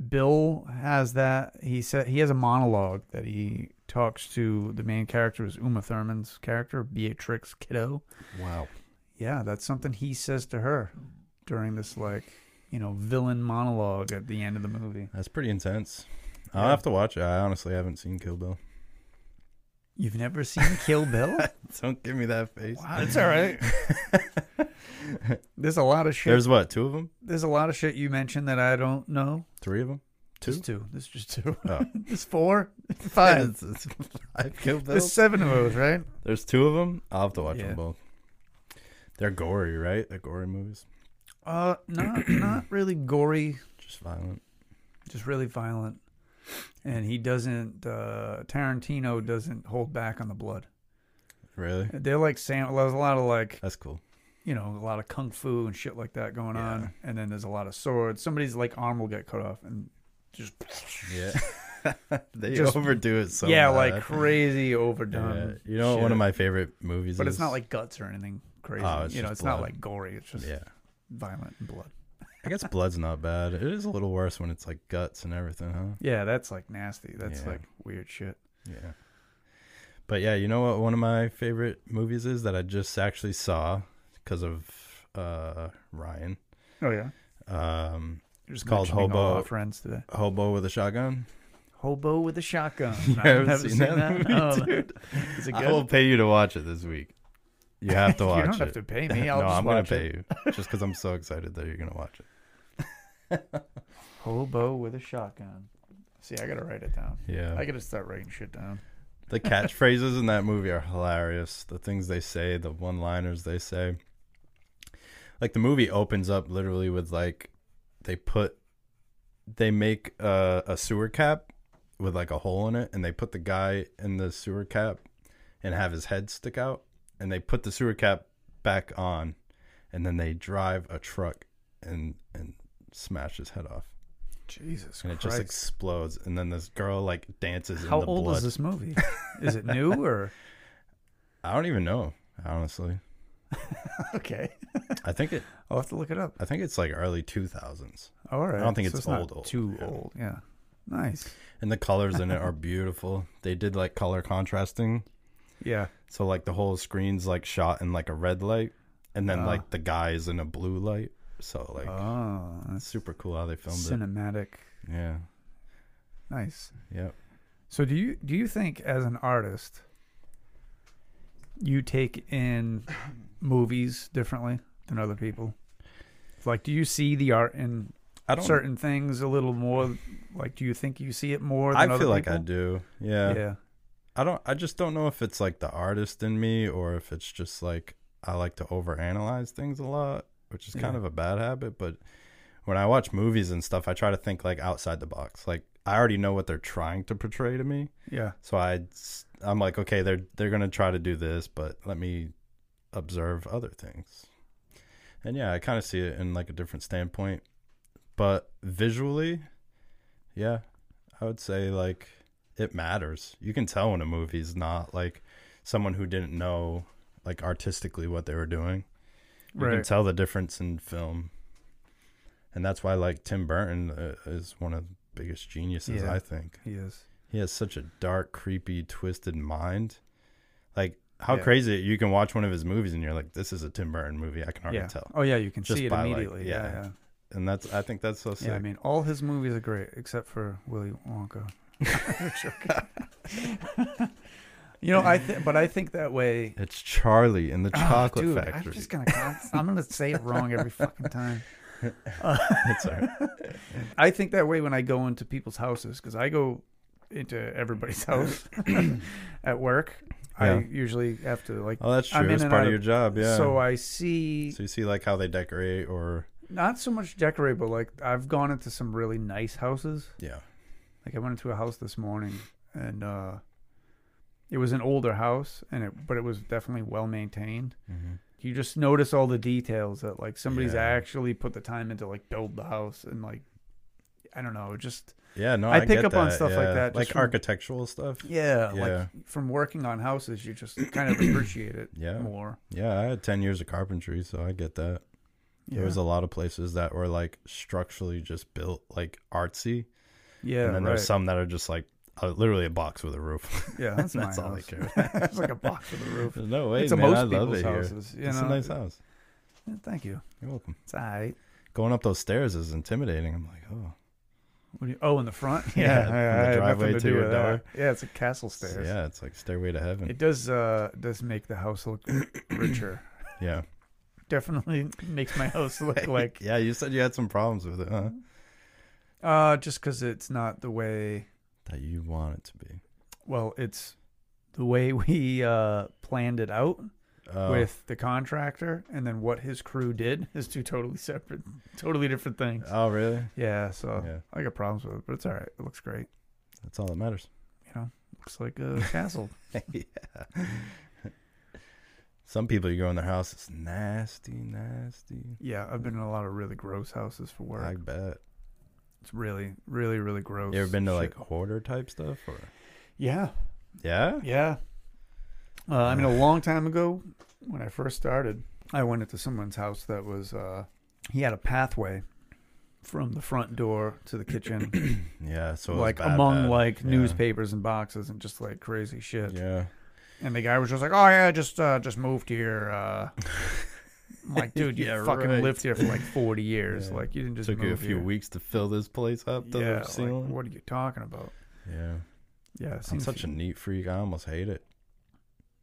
Bill has that he said he has a monologue that he talks to the main character is Uma Thurman's character Beatrix Kiddo. Wow. Yeah, that's something he says to her during this like you know villain monologue at the end of the movie. That's pretty intense. I'll Yeah. have to watch it. I honestly haven't seen Kill Bill. You've never seen Kill Bill? Don't give me that face. wow, it's all right. There's a lot of shit. There's, There's what, two of them? a lot of shit you mentioned that I don't know. Three of them? Two? There's two. There's just two. Oh. There's four. Five. It's- it's five Kill There's Bills. seven of those, right? There's two of them? I'll have to watch Yeah. them both. They're gory, right? They're gory movies. Uh, not not really gory, Just violent. just really violent. And he doesn't. Uh, Tarantino doesn't hold back on the blood. Really? They're like Sam. There's a lot of like That's cool. you know a lot of kung fu and shit like that going Yeah. on. And then there's a lot of swords. Somebody's like arm will get cut off and just Yeah. they Just- overdo it so yeah, bad. like crazy overdone. Yeah. You know what one shit. of my favorite movies But is? it's not like guts or anything crazy. Oh, it's you know, just it's blood. not like gory. It's just yeah. violent and blood. I guess blood's not bad. It is a little worse when it's like guts and everything, huh? Yeah, that's like nasty. That's Yeah. like weird shit. Yeah. But yeah, you know what? One of my favorite movies is that I just actually saw because of uh, Ryan. Oh yeah, Um, You're just called mentioning all Hobo. our friends today. Hobo with a Shotgun. Hobo with a shotgun. You haven't I've never seen seen, that that. movie, No, no. dude? Is it good? I will pay you to watch it this week. You have to watch you don't it. have to pay me. I'll no, just I'm watch gonna it. pay you just because I'm so excited that you're gonna watch it. Hobo with a shotgun. See, I gotta write it down. Yeah. I gotta start writing shit down. the catchphrases in that movie are hilarious. The things they say, the one-liners they say. Like the movie opens up literally with like they put they make a, a sewer cap with like a hole in it and they put the guy in the sewer cap and have his head stick out and they put the sewer cap back on and then they drive a truck and and smash his head off Jesus and it Christ! just explodes and then this girl like dances in How the old blood. is this movie? Is it new or I don't even know, honestly. okay? I think it. I'll have to look it up. I think it's like early two thousands, All right. don't think it's not old, old, Too yeah. old. Yeah. Nice. and the colors in it are beautiful. They did like color contrasting, Yeah. so like the whole screen's like shot in like a red light, and then Ah. like the guy's in a blue light. So like, oh, it's that's super cool how they filmed it. cinematic. Yeah, Nice. yep. So do you do you think as an artist you take in movies differently than other people? Like do you see the art in I don't. certain things a little more like do you think you see it more than I other feel like I people? do. Yeah. I don't. I just don't know if it's like the artist in me or if it's just like I like to overanalyze things a lot, which is kind Yeah. of a bad habit. But when I watch movies and stuff, I try to think like outside the box. Like I already know what they're trying to portray to me, Yeah. so I s- I'm like, okay, they're they're gonna try to do this, but let me observe other things. And yeah, I kind of see it in like a different standpoint, but visually, yeah, I would say like it matters. You can tell when a movie's not like someone who didn't know like artistically what they were doing. You Right. can tell the difference in film, and that's why like Tim Burton uh, is one of the biggest geniuses Yeah. I think He is. he has such a dark, creepy, twisted mind. Like how Yeah. crazy you can watch one of his movies and you're like, this is a Tim Burton movie. I can already Yeah. tell. Oh yeah, you can Just see it by, like, immediately. yeah. yeah. yeah. And that's I think that's so sick. Yeah, I mean, all his movies are great except for Willy Wonka. you know, I th- but I think that way. it's Charlie in the Chocolate Ah, Dude, Factory. I'm just gonna com- I'm gonna say it wrong every fucking time. It's all right. I think that way when I go into people's houses because I go into everybody's house at work. I Yeah. usually have to like. Oh, that's I'm true. in It's and part out of of- your job, yeah. So So, I see you see like how they decorate or not so much decorate, but like I've gone into some really nice houses. yeah. Like I went into a house this morning and uh it was an older house and it but it was definitely well maintained. Mm-hmm. You just notice all the details that like somebody's Yeah. actually put the time into like build the house and like I don't know, just Yeah, no, I, I pick get up on that, stuff like yeah. that, like just from- architectural stuff. yeah, Yeah. like from working on houses you just kind of appreciate it Yeah. more. Yeah, I had ten years of carpentry, so I get that. There was a lot of places that were like structurally just built like artsy, yeah, and then right. there's some that are just like uh, literally a box with a roof. yeah, that's, That's my all they house. care. it's like a box with a roof. There's no way, it's a man. most I love people's it here. houses. You it's know? a nice house. Yeah, Thank you. You're welcome. It's all right. Going up those stairs is intimidating. I'm like, oh, What do you, oh, in the front? Yeah, from the I had driveway nothing to your with that. Yeah, it's a castle so stairs. yeah, it's like stairway to heaven. It does uh does make the house look richer. yeah, Definitely makes my house look like yeah. uh-huh. You said you had some problems with it, huh? uh just cuz it's not the way That you want it to be well, it's the way we uh planned it out Oh, with the contractor and then what his crew did is two totally separate totally different things. Oh, really? yeah, so Yeah, I got problems with it, but it's all right. It looks great. that's all that matters. You know, looks like a castle. yeah. some people, you go in their house, it's nasty, nasty. Yeah, I've been in a lot of really gross houses for work. I bet. It's really, really, really gross. You ever been to shit. like hoarder type stuff or? Yeah, Yeah. yeah. Uh, I mean, a long time ago when I first started, I went into someone's house that was uh, he had a pathway from the front door to the kitchen, Yeah, so it was like bad, among bad. like Yeah. newspapers and boxes and just like crazy shit. Yeah, And the guy was just like, "Oh yeah, I just uh, just moved here." Uh, I'm like, dude, you Yeah, fucking right. lived here for like 40 years. Yeah. Like, you didn't just took you move a few here. weeks to fill this place up to yeah, the like, ceiling. what are you talking about? yeah, Yeah, it I'm seems- such a neat freak. I almost hate it.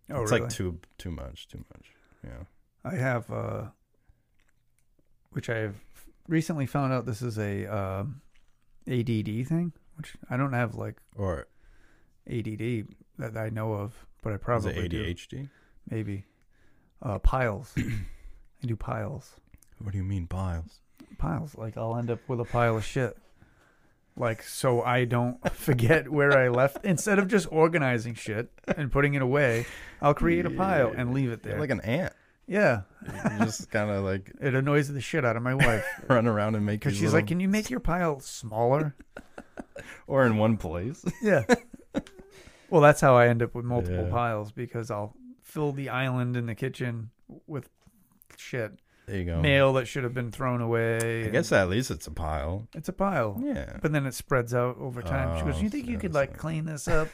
Oh, it's really? like too too much, too much. Yeah. I have, uh, which I have recently found out this is a um ADD thing, which I don't have like Or ADD that I know of, but I is probably it do. ADHD? Maybe uh, piles. I do piles, What do you mean piles? piles. Like I'll end up with a pile of shit. Like so, I don't forget where I left. Instead of just organizing shit and putting it away, I'll create a pile and leave it You're there. like an ant. yeah, You just kind of like it annoys the shit out of my wife. run around and make. Because these she's little- like, can you make your pile smaller? or in one place. yeah. Well, that's how I end up with multiple Yeah. piles because I'll fill the island in the kitchen with shit. There you go. Mail that should have been thrown away. I guess at least it's a pile. it's a pile. Yeah. But then it spreads out over time. she goes, Oh, you think so you could it's like like- clean this up?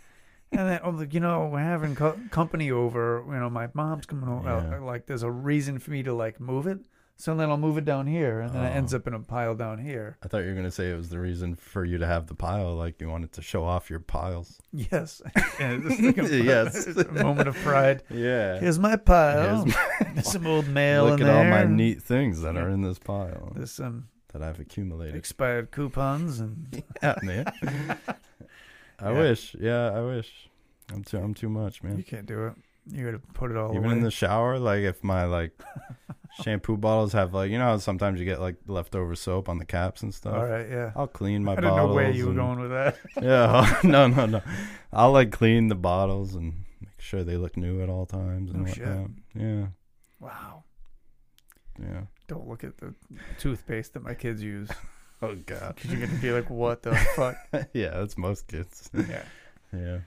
and then, oh, you know, we're having co- company over. You know, my mom's coming over. Yeah. Like, there's a reason for me to like move it. So then I'll move it down here, and then it Oh. ends up in a pile down here. I thought you were gonna say it was the reason for you to have the pile, like you wanted to show off your piles. Yes. And it's like a- Yes. it's a moment of pride. Yeah. Here's my pile. Here's There's some old mail Look in at there. all my and neat things that are in this pile There's some that I've accumulated. expired coupons and Yeah, man. I Yeah. wish. Yeah, I wish. I'm too. I'm too much, you man. can't do it. You gotta put it all Even away. in the shower, like if my like shampoo bottles have like you know how sometimes you get like leftover soap on the caps and stuff. all right, yeah. I'll clean my I didn't bottles. know where you were and- going with that. Yeah. oh, no, no, no. I'll like clean the bottles and make sure they look new at all times and Oh, shit. whatnot. Yeah. Wow. Yeah. Don't look at the toothpaste that my kids use. Oh god. Because you're gonna be like, what the fuck? yeah, that's most kids. Yeah. Yeah.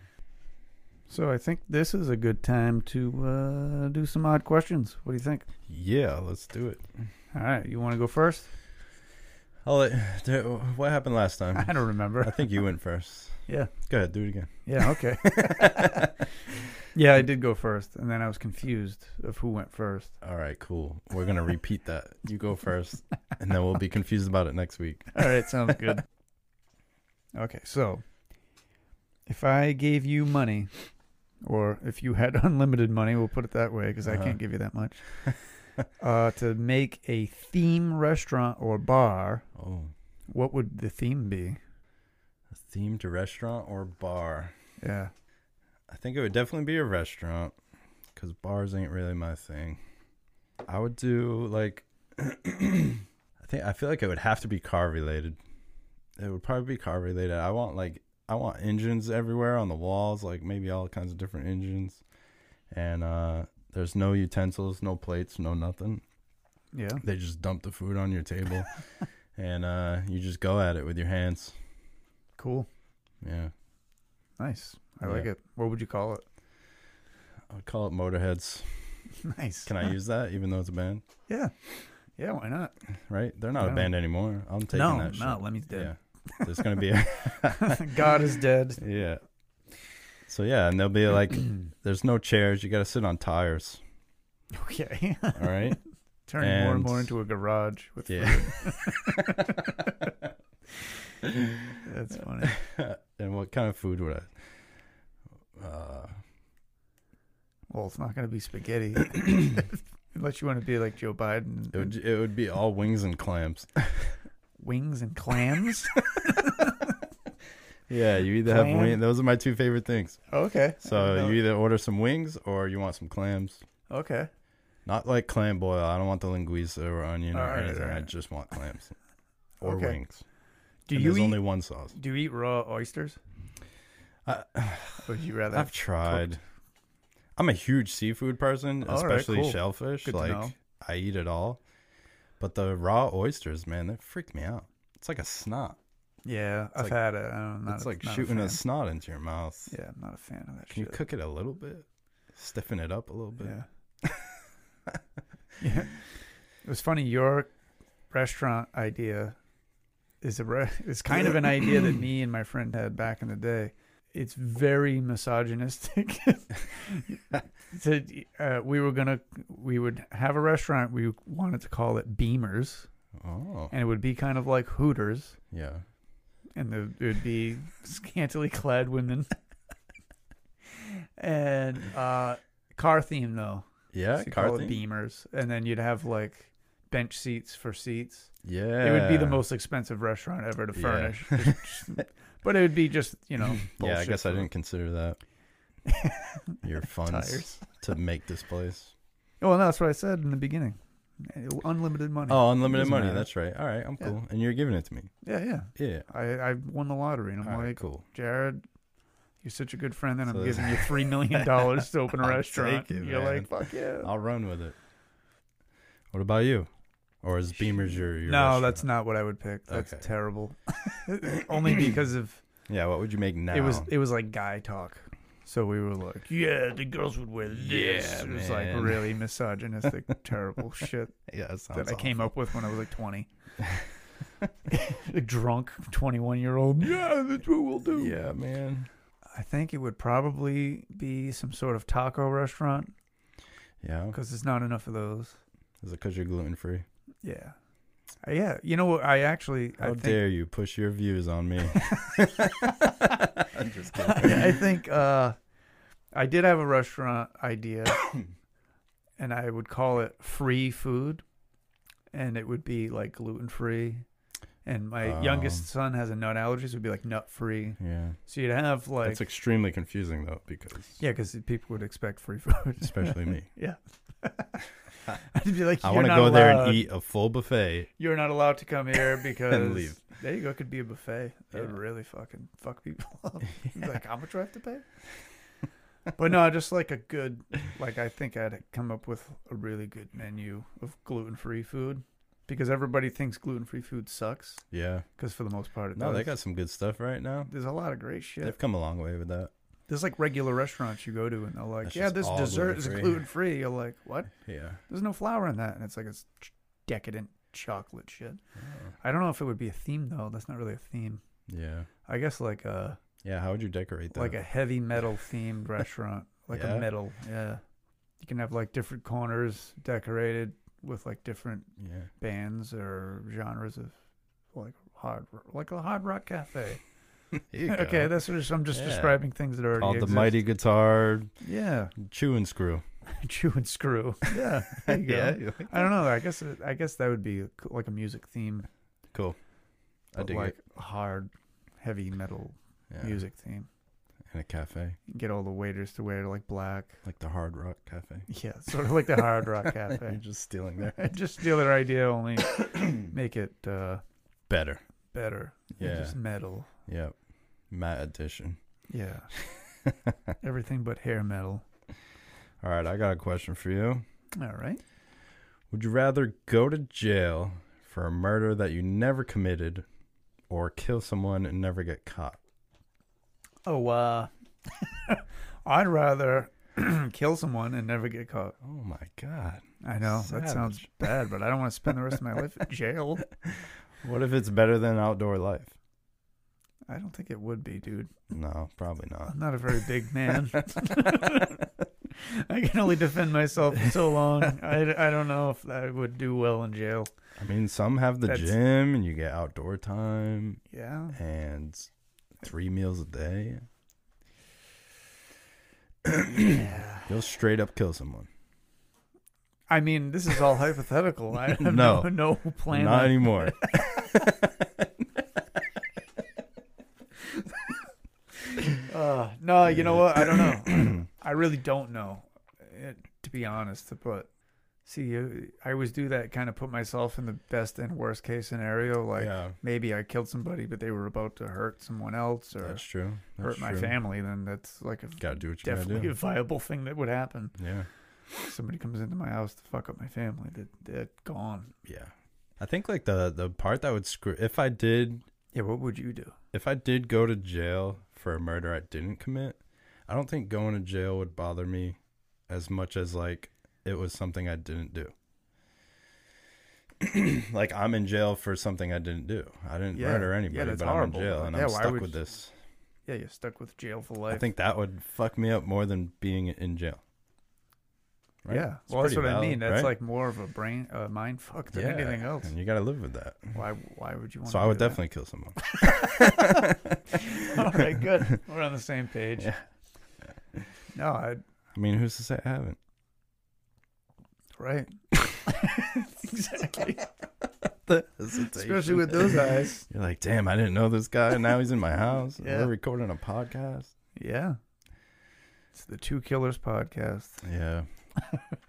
So I think this is a good time to uh, do some odd questions. What do you think? Yeah, let's do it. All right, you want to go first? I'll let, do- what happened last time? I don't Um, I remember. think you went first. Yeah. Go ahead, do it again. Yeah, okay. yeah, I did go first, and then I was confused of who went first. All right, cool. We're gonna repeat that. You go first, and then we'll be confused about it next week. All right, sounds good. okay, so if I gave you money, or if you had unlimited money, we'll put it that way because I Uh-huh. can't give you that much, uh, to make a theme restaurant or bar, Oh, what would the theme be? a themed restaurant or bar? Yeah. I think it would definitely be a restaurant, because bars ain't really my thing. I would do like, I think I feel like it would have to be car related. It would probably be car related. I want like I want engines everywhere on the walls, like maybe all kinds of different engines, and uh, there's no utensils, no plates, no nothing. Yeah. they just dump the food on your table and uh you just go at it with your hands Cool. yeah Nice. I Yeah. like it. What would you call it? i would call it motorheads Nice. can i use that even though it's a band Yeah. Yeah, why not? right they're not a Yeah. band anymore i'm taking no, that shit no, Lemmy's dead. yeah there's gonna be a God is dead. yeah so yeah and they'll be like there's no chairs you gotta sit on tires Okay. all right Turning more and And- more into a garage with yeah food. That's funny. and what kind of food would i uh Well, it's not going to be spaghetti. Unless you want to be like Joe Biden. it would, it would be all wings and clams Wings and clams? yeah you either Clam? have wings those are my two favorite things okay. I So know. you either order some wings or you want some clams. Okay. Not like clam boil. I don't want the linguiça or onion or All right, anything. all I right. just want clams or Okay. wings. Do and you there's eat, only one sauce. do you eat raw oysters? I, Or would you rather? Uh, I've tried. I'm a huge seafood person, All right, especially cool. shellfish. Good to know. like I eat it all. But the raw oysters, man, they freak me out. It's like a snot. yeah, I've like- had it. I don't know. it's like shooting a, snot into your mouth. Yeah, I'm not a fan of that Can you shit. cook it a little bit? Stiffen it up a little bit. yeah. Yeah. It was funny. Your restaurant idea is a re- is kind of an idea that me and my friend had back in the day. It's very misogynistic. so, uh, we were gonna we would have a restaurant. We wanted to call it Beamers, Oh, and it would be kind of like Hooters, yeah. and there there would be scantily clad women. and uh, car theme though. Yeah, So you car call theme. it beamers, and then you'd have like bench seats for seats. Yeah. It would be the most expensive restaurant ever to Yeah. furnish, but it would be just you know. Yeah, I bullshit guess I food. didn't consider that. Your funds Tires. to make this place. Well, no, that's what I said in the beginning. Unlimited money. Oh, unlimited money. matter. That's right. All right, I'm Yeah. cool. And you're giving it to me. Yeah, yeah. Yeah. I, I won the lottery, and I'm All right, like, cool. Jared, you're such a good friend, and So I'm this- giving you three million dollars to open a I'll restaurant. take it, you're man. like, fuck yeah. I'll run with it. What about you? Or is Beamer's your, your no, restaurant? that's not what I would pick. That's Okay. terrible. Only because of yeah. What would you make now? It was it was like guy talk. So we were like, yeah, the girls would wear this. Yeah, it man. was like really misogynistic, terrible shit yeah. That, that I came up with when I was like 20. a drunk 21 year old. Yeah, that's what we'll do. Yeah, man. I think it would probably be some sort of taco restaurant Yeah. because there's not enough of those. Is it because you're gluten free? Yeah. Uh, yeah. You know what? I actually. I How think, dare you push your views on me? I'm just kidding. I think uh, I did have a restaurant idea, and I would call it free food, and it would be like gluten free. And my Um. youngest son has a nut allergy, so it'd be like nut free. Yeah. So you'd have like That's extremely confusing though, because yeah, because people would expect free food. especially me. yeah, I'd be like, I want to go there and eat a full buffet. You're not allowed to come here because leave. there you go. It could be a buffet. That would Yeah. really fucking fuck people up. Like how much do I have to pay? but no, just like a good, like I think I'd come up with a really good menu of gluten free food because everybody thinks gluten free food sucks Yeah. because for the most part it No, does. they got some good stuff right now. There's a lot of great shit. They've come a long way with that. There's like regular restaurants you go to and they're like, That's yeah, just this all dessert is gluten-free." gluten free. You're like, what? Yeah. There's no flour in that, and it's like it's ch- decadent chocolate shit. Oh. I don't know if it would be a theme though. That's not really a theme. Yeah. I guess like a Yeah. How would you decorate that? like a heavy metal themed restaurant, like Yeah? a metal. Yeah, you can have like different corners decorated with like different yeah. bands or genres of like hard, like a hard rock cafe. Here you okay, go. that's what I'm just Yeah. describing things that already Called the exist. mighty guitar Yeah, chew and screw. chew and screw. Yeah, there you go. Yeah. I don't know. I guess it, I guess that would be a- like a music theme, Cool. I but dig like it. hard, heavy metal Yeah. music theme. in a cafe, get all the waiters to wear like black. like the Hard Rock Cafe. Yeah, sort of like the Hard Rock You're Cafe. just stealing their just steal their idea, only make it uh, better. better. Yeah. Yeah. Just metal. Yep. Matt edition. Yeah. Everything but hair metal. All right, I got a question for you. All right. Would you rather go to jail for a murder that you never committed or kill someone and never get caught? Oh, uh, I'd rather kill someone and never get caught. Oh my god. I know that sounds Savage. bad, but I don't want to spend the rest of my life in jail. What if it's better than outdoor life? I don't think it would be, dude. No, probably not. I'm not a very big man. I can only defend myself for so long. I, I don't know if I would do well in jail. I mean, some have the That's- gym and you get outdoor time Yeah. and three meals a day. yeah. You'll straight up kill someone. I mean, this is all hypothetical. I have No. no, no plan. not on- anymore. uh, no, you know what? I don't know. I really don't know, eh, to be honest. But see, you- I always do that kind of put myself in the best and worst case scenario. Like yeah, maybe I killed somebody, but they were about to hurt someone else or that's true. That's hurt my true. family. Then that's like a Gotta do what you definitely a gotta viable thing that would happen. do. Yeah. Somebody comes into my house to fuck up my family. That they're gone. Yeah. I think like the the part that would screw if I did Yeah, what would you do? if I did go to jail for a murder I didn't commit, I don't think going to jail would bother me as much as like it was something I didn't do. like I'm in jail for something I didn't do. I didn't Yeah. murder Yeah, anybody, that's but horrible. I'm in jail and Yeah, I'm why stuck would with you- this. Yeah, you're stuck with jail for I life. think that would fuck me up more than being in jail. right? Yeah, It's well, that's pretty what I valid, mean. That's right? like more of a brain uh, mind fuck than anything else. And you got to live with that. Why? Why would you want? So to I would do that? definitely kill someone. All right, good. We're on the same page. Yeah. No, I I mean, who's to say I haven't? right. exactly. Especially Especially with those eyes. You're like, damn, I didn't know this guy. and Now he's in my house. and Yeah. We're recording a podcast. Yeah. It's the Two Killers podcast. Yeah.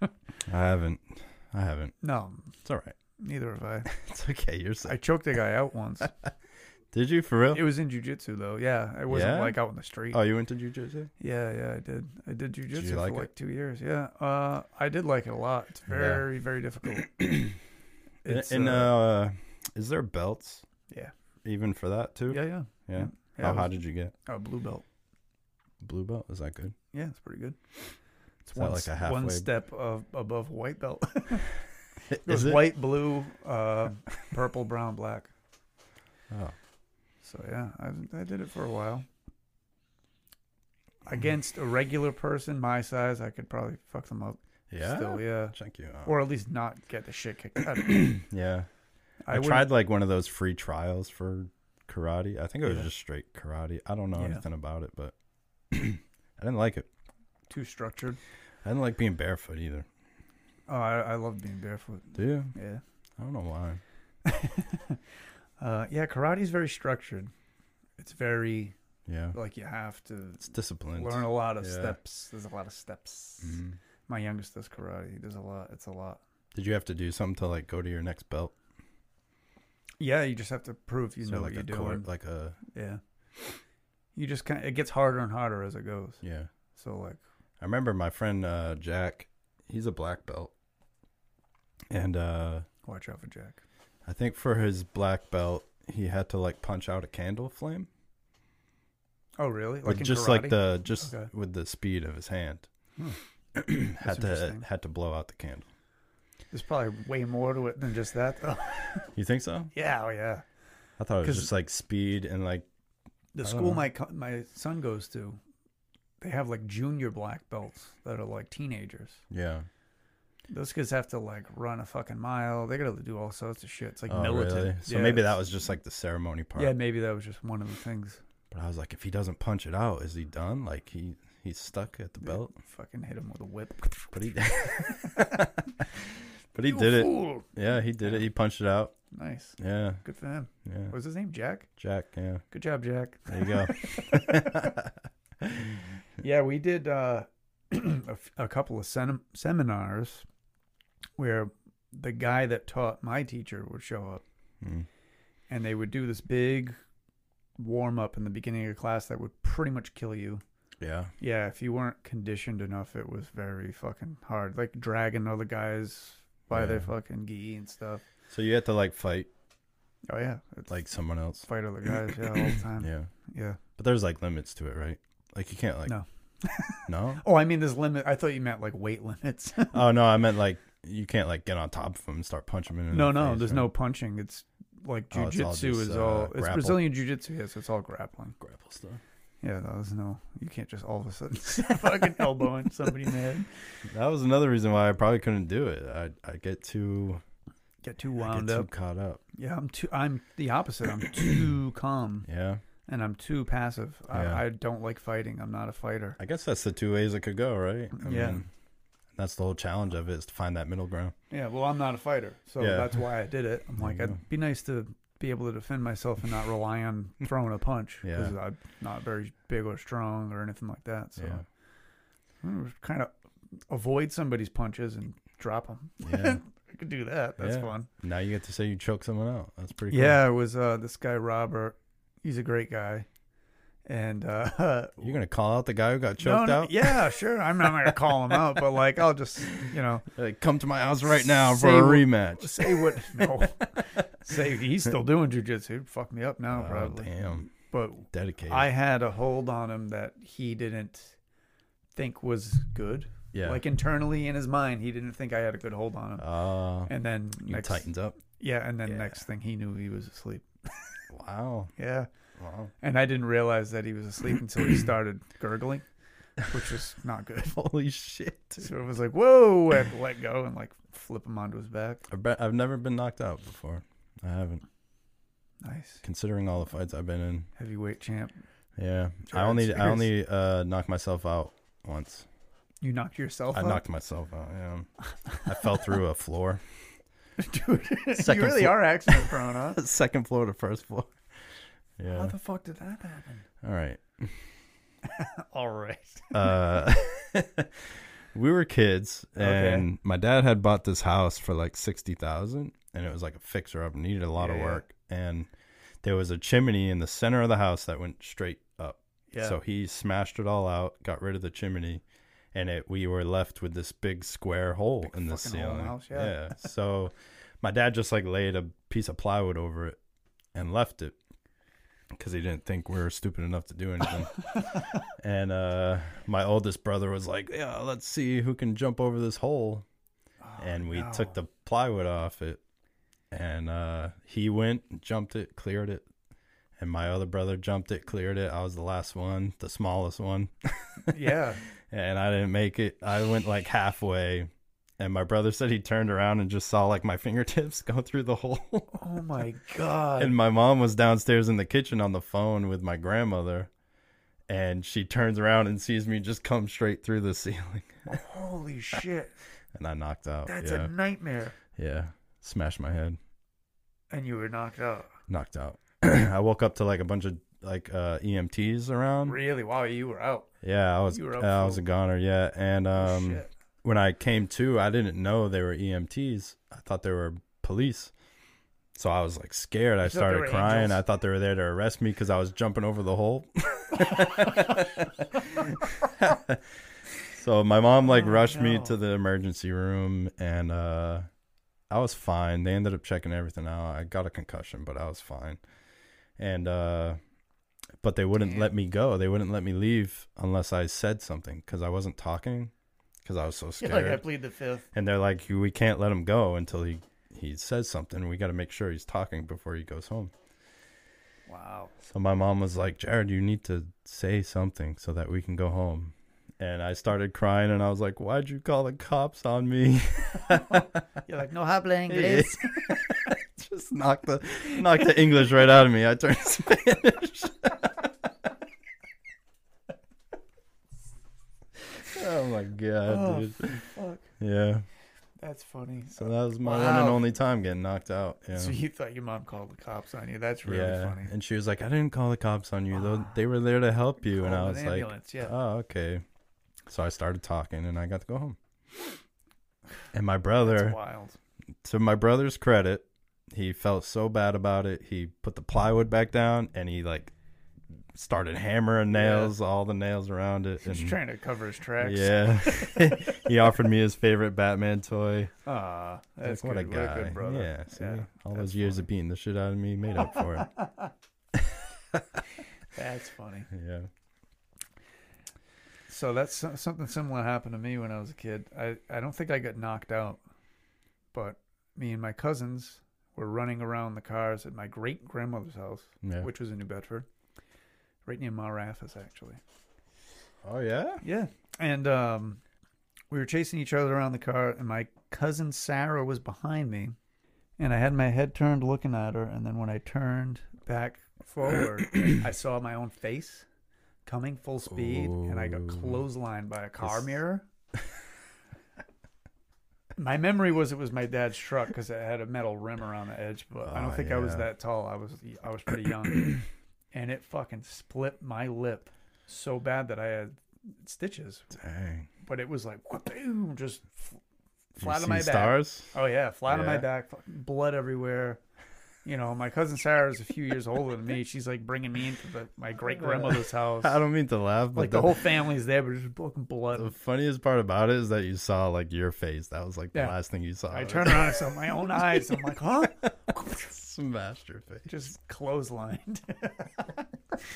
I haven't. I haven't. No, It's all right. neither have I. It's okay. You're I safe. choked a guy out once. Did you for real? It was in jujitsu though. Yeah, I wasn't Yeah? like out in the street. Oh, you went to jujitsu? Yeah, yeah, I did. I did jujitsu you for like it? like two years. Yeah, uh, I did like it a lot. It's Yeah. very, very difficult. And, It's, and, uh, uh, is there belts yeah, even for that too? yeah, yeah. Yeah. yeah How it high was did you get? a blue belt. Blue belt? Is that good? Yeah, it's pretty good. It's that one, like s- a one halfway- step of, above white belt. Is it was it? white, blue, uh, purple, brown, black. Oh. So yeah, I, I did it for a while. Hmm. Against a regular person my size, I could probably fuck them up. Yeah. Still, yeah. Check you out. Or at least not get the shit kicked out of me. yeah. I, I, wouldn't- tried like one of those free trials for karate. I think it was Yeah. just straight karate. I don't know Yeah. anything about it, but I didn't like it. too structured. I didn't like being barefoot either. Oh, I, I love being barefoot. Do you? Yeah. I don't know why. Uh, yeah, karate's very structured. It's very Yeah. like you have to It's disciplined. learn a lot of yeah. steps. There's a lot of steps. Mhm. My youngest does karate. There's a lot. It's a lot. Did you have to do something to like go to your next belt? Yeah, you just have to prove you So, know like what you're a court- doing. like a yeah. You just kind of, it gets harder and harder as it goes. yeah. So like, I remember my friend uh, Jack. He's a black belt, and uh, watch out for Jack. I think for his black belt, he had to like punch out a candle flame, Oh really? With in just like karate? the just Okay. with the speed of his hand. Hmm. had to interesting. had to blow out the candle. There's probably way more to it than just that though. You think so? yeah, oh yeah. I thought it was 'Cause- just like speed and like I The don't school know. my co- my son goes to, they have like junior black belts that are like teenagers. yeah. Those kids have to like run a fucking mile. They got to do all sorts of shit. It's like Oh, militant. really? So Yeah, maybe it's- that was just like the ceremony part. Yeah, maybe that was just one of the things. But I was like, if he doesn't punch it out, is he done? Like he he's stuck at the Yeah, belt. Fucking hit him with a whip. But he But he did it. Fool. Yeah, he did it. He punched it out. Nice. Yeah. Good for him. Yeah. What was his name? Jack. Jack, yeah. Good job, Jack. There you go. Yeah, we did uh, a, f- a couple of sen- seminars where the guy that taught my teacher would show up. Mm. and they would do this big warm up in the beginning of class that would pretty much kill you. Yeah. Yeah, if you weren't conditioned enough, it was very fucking hard. Like dragging other guys by their Yeah. fucking gi and stuff. So you had to like fight Oh yeah, it's like someone else. fight other guys. Yeah, all the time. Yeah. yeah. But there's like limits to it, right? Like you can't like No. No? Oh, I mean, this limit. I thought you meant like weight limits. Oh no, I meant like you can't like get on top of him and start punching him. In no, the no, face, there's right? no punching. It's like Oh, it's all jujitsu just, is uh, all. It's grapple. Brazilian jujitsu. Yes, it's all grappling. grapple stuff. Yeah, no, there's no. You can't just all of a sudden fucking elbowing somebody in the head. That was another reason why I probably couldn't do it. I I get too Get too I wound get up. too caught up. Yeah, I'm too. I'm the opposite. I'm too calm Yeah, and I'm too passive. Yeah. I, I don't like fighting. I'm not a fighter. I guess that's the two ways it could go, right? Yeah. that's the whole challenge of it is to find that middle ground. Yeah, well, I'm not a fighter, so Yeah. that's why I did it. I'm There like, you go. it'd be nice to be able to defend myself and not rely on throwing a punch Yeah. because I'm not very big or strong or anything like that. So Yeah. I'm kind of avoid somebody's punches and drop them. Yeah. I could do that. That's Yeah. fun. now you get to say you choke someone out. That's pretty. cool. Yeah, it was uh, this guy Robert. He's a great guy, and uh, You're gonna call out the guy who got choked no, no, out. Yeah, sure. I'm not gonna call him out, but like I'll just you know Like, come to my house right now for Say a what- rematch. say what no say he's still doing jujitsu. He'd Fuck me up now Oh, probably. damn, But dedicated. I had a hold on him that he didn't think was good. yeah. Like internally in his mind, he didn't think I had a good hold on him. uh, And then you next, tightened up. Yeah, and then Yeah. next thing he knew, he was asleep. Wow. Yeah, Wow. and I didn't realize that he was asleep until he started gurgling, which was not good. Holy shit. So it was like, whoa, I had to let go and like flip him onto his back. I've, been, I've never been knocked out before. I haven't. Nice Considering all the fights I've been in. heavyweight champ. Yeah. I Jordan only I Spears. only uh, knocked myself out once. You knocked yourself I out, knocked myself out. Yeah. I fell through a floor. dude. you Second really flo- are accident prone, huh? Second floor to first floor. How Yeah. the fuck did that happen? All right. All right. Uh, we were kids, and my dad had bought this house for like sixty thousand, and it was like a fixer up. Needed a lot Yeah, of yeah. work, and there was a chimney in the center of the house that went straight up. Yeah. So he smashed it all out, got rid of the chimney, and it we were left with this big square hole Big in the fucking hole in ceiling. the house, yeah. So my dad just like laid a piece of plywood over it and left it because he didn't think we were stupid enough to do anything. and uh, my oldest brother was like, "Yeah, let's see who can jump over this hole." Oh, and we no. took the plywood off it, and uh, he went, jumped it, cleared it. And my other brother jumped it, cleared it. I was the last one, the smallest one yeah. and I didn't make it. I went like halfway, and my brother said he turned around and just saw like my fingertips go through the hole. Oh my god. and my mom was downstairs in the kitchen on the phone with my grandmother, and she turns around and sees me just come straight through the ceiling, Holy shit. and I knocked out. That's yeah, a nightmare. yeah, smashed my head, And you were knocked out. knocked out. I woke up to like a bunch of like uh EMTs around. Really? Wow, you were out. Yeah, I was You were up I was for- Oh, a goner. Yeah, and um. shit. when I came to, I didn't know they were EMTs. I thought they were police. So I was like scared. I thought they started were crying. angels. I thought they were there to arrest me because I was jumping over the hole. so my mom like Oh, rushed me no. to the emergency room and uh I was fine. They ended up checking everything out. I got a concussion, but I was fine. And uh but they wouldn't Damn. let me go. They wouldn't let me leave unless I said something cuz I wasn't talking cuz I was so You're scared like I plead the fifth. and they're like, we can't let him go until he he says something. We got to make sure he's talking before he goes home. Wow. So my mom was like, Jared, you need to say something so that we can go home. And I started crying, and I was like, "Why'd you call the cops on me?" You're like, no habla It inglés. just knocked the knocked the English right out of me. I turned Spanish. oh my god, Oh, dude! fuck. Yeah. That's funny. So that was my one and Wow. only time getting knocked out. Yeah. So you thought your mom called the cops on you. That's really funny. And she was like, I didn't call the cops on you, though. They were there to help you. and I Called was an like, ambulance, yeah. oh, okay. So I started talking and I got to go home. And my brother, That's wild. to my brother's credit, he felt so bad about it. He put the plywood back down and he like started hammering nails, all the nails around it. He's and- trying to cover his tracks. yeah. he offered me his favorite Batman toy. Ah, that's Like, good. What a good brother. Yeah, see? Yeah, all that's those years funny. of beating the shit out of me made up for it. That's funny. yeah. So that's so- something similar happened to me when I was a kid. I, I don't think I got knocked out, but me and my cousins were running around the cars at my great grandmother's house, Yeah. which was in New Bedford, right near Marathas, actually. Oh yeah. Yeah. And um, we were chasing each other around the car, and my cousin Sarah was behind me. And I had my head turned looking at her. And then when I turned back forward, I saw my own face coming full speed, and I got Ooh. clotheslined by a car This- mirror. my memory was it was my dad's truck because it had a metal rim around the edge, but I don't Ah, think I was yeah. that tall. I was I was pretty young, and it fucking split my lip so bad that I had stitches, Dang. but it was like boom, just f- You flat on see my back. Stars. Oh yeah, flat on my Yeah. back, fucking blood everywhere. You know, my cousin Sarah is a few years older than me. She's like bringing me into the, my great grandmother's house. I don't mean to laugh, but like the, whole family's there, but just fucking blood. the funniest part about it is that you saw like your face. That was like the Yeah. last thing you saw. I It turn around and saw my own eyes. I'm like, huh? smashed your face. Just clotheslined.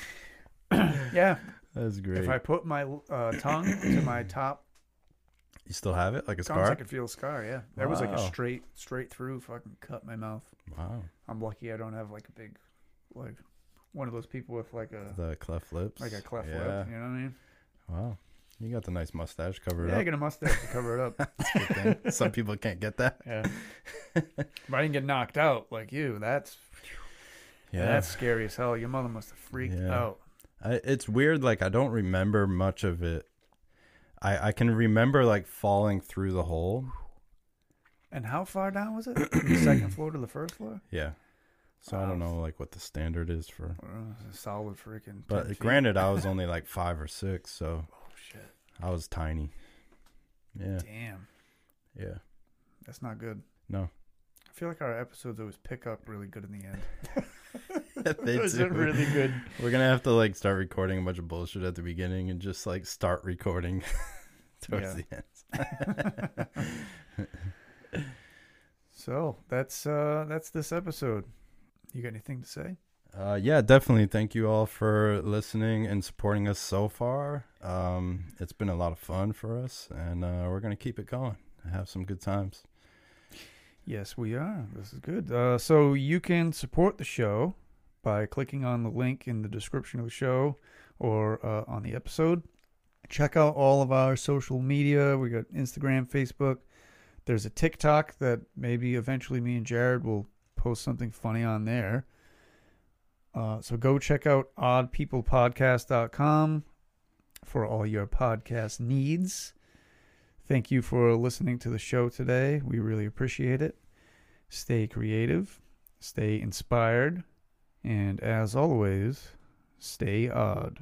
yeah, That's great. if I put my uh, tongue to my top You still have it, like a Almost I scar. could feel a scar. Yeah, that was like a Wow. straight, straight through fucking cut my mouth. wow, I'm lucky I don't have like a big, like one of those people with like a the cleft lips. like a cleft Yeah. lip. You know what I mean? Wow, you got the nice mustache covered yeah, I up. get a mustache to cover it up. Good thing. Some people can't get that. Yeah, but I didn't get knocked out like you. That's Yeah, that's scary as hell. Your mother must have freaked Yeah. out. I, it's weird. Like I don't remember much of it. I I can remember like falling through the hole. And how far down was it? The Second floor to the first floor? Yeah. So I don't Wow. know like what the standard is for. Or it was a solid freaking. 10 But uh, feet? granted, I was only like five or six, so Oh shit! I was tiny. Yeah. Damn, Yeah. that's not good. No. I feel like our episodes always pick up really good in the end. They Those do. are really good. We're gonna have to like start recording a bunch of bullshit at the beginning and just like start recording towards Yeah. the end. So that's uh that's this episode. You got anything to say? Uh, yeah, definitely. Thank you all for listening and supporting us so far. Um, it's been a lot of fun for us, and uh, we're gonna keep it going. Have some good times. Yes, we are. This is good. Uh, so you can support the show by clicking on the link in the description of the show or uh, on the episode. Check out all of our social media. We got Instagram, Facebook. There's a TikTok that maybe eventually me and Jared will post something funny on there. Uh, so go check out oddpeoplepodcast.com for all your podcast needs. Thank you for listening to the show today. We really appreciate it. Stay creative, stay inspired, and as always, stay odd.